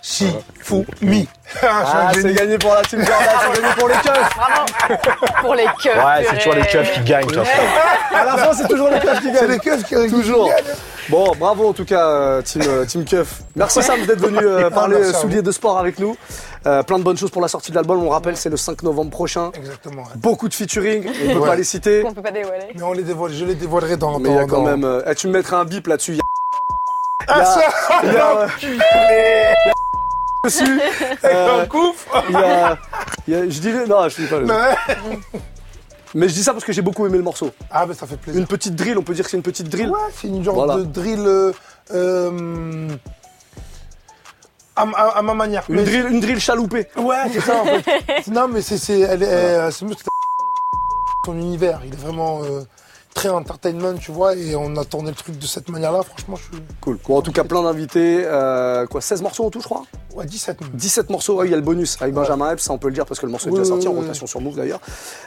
Shifumi.
Ah,
Ah, je suis un
c'est
génie.
gagné pour la team Jordan, c'est gagné pour les keufs.
Bravo Pour les keufs.
Ouais, c'est
purée.
toujours les keufs qui gagnent, toi.
À la fin, c'est toujours les keufs qui
C'est
gagnent.
les keufs qui régulent.
Toujours. Bon, bravo en tout cas, euh, team, euh, team Keuf. Merci Sam d'être venu euh, parler
merci à
euh, souliers de sport avec nous. Euh, plein de bonnes choses pour la sortie de l'album. On rappelle, c'est le 5 novembre prochain.
Exactement. ouais.
Beaucoup de featuring, on ne peut
Ouais.
pas les citer.
On peut pas dévoiler.
Mais on les dévoile, je les dévoilerai dans.
Mais il y a
dans-
quand
dans-
même. euh, eh, tu me mettras un bip là-dessus. il y a-
Ah, ça
il y a, euh, il y a dessus. Euh,
Un couf
il y a- il y a- Je dis. Non, je dis pas le.
Ouais.
Mais je dis ça parce que j'ai beaucoup aimé le morceau.
Ah, mais ça fait plaisir.
Une petite drill, on peut dire que c'est une petite drill.
Ouais, c'est une genre
Voilà.
de drill. euh, euh, à, ma- à ma manière.
Une
Mais-
drill, une drill chaloupée.
Ouais, c'est ça en fait. non, mais c'est. c'est elle est- euh, c'est mieux que ton univers. Il est vraiment euh, très entertainment, tu vois. Et on a tourné le truc de cette manière-là. Franchement, je suis.
Cool. Bon, en tout cas, plein d'invités. euh, quoi, 16 morceaux en tout, je crois
Ouais, 17 même.
17 morceaux, ouais, il y a le bonus avec Benjamin Epps, ça on peut le dire parce que le morceau est
Oui,
déjà
oui,
sorti en
oui.
rotation sur Move d'ailleurs.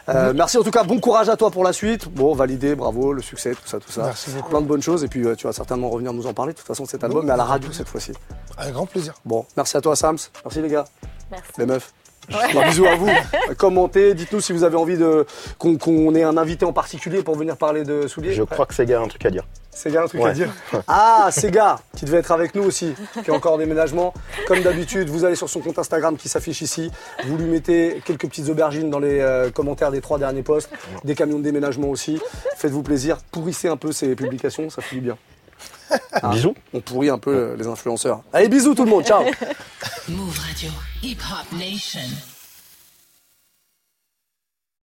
Euh, Merci en tout cas, bon courage à toi pour la suite. Bon, validé, bravo, le succès, tout ça, tout ça.
Merci beaucoup.
Plein de bonnes choses et puis euh, tu vas certainement revenir nous en parler de toute façon de cet album, mais à la radio cette fois-ci.
Avec grand plaisir.
Bon, merci à toi Sams, merci les gars,
Merci.
les meufs. Des bisous à vous. Commentez, dites-nous si vous avez envie de qu'on qu'on ait un invité en particulier pour venir parler de souliers.
Je crois que Sega a un truc à dire.
Sega, un truc
Ouais.
à dire Ah, Sega, qui devait être avec nous aussi, qui est encore en déménagement. Comme d'habitude, vous allez sur son compte Instagram qui s'affiche ici. Vous lui mettez quelques petites aubergines dans les euh, commentaires des trois derniers posts, des camions de déménagement aussi. Faites-vous plaisir, pourrissez un peu ces publications, ça fait du bien. Ah.
Bisous.
On pourrit un peu euh, les influenceurs. Allez, bisous tout le monde, ciao
Move Radio, Hip Hop Nation.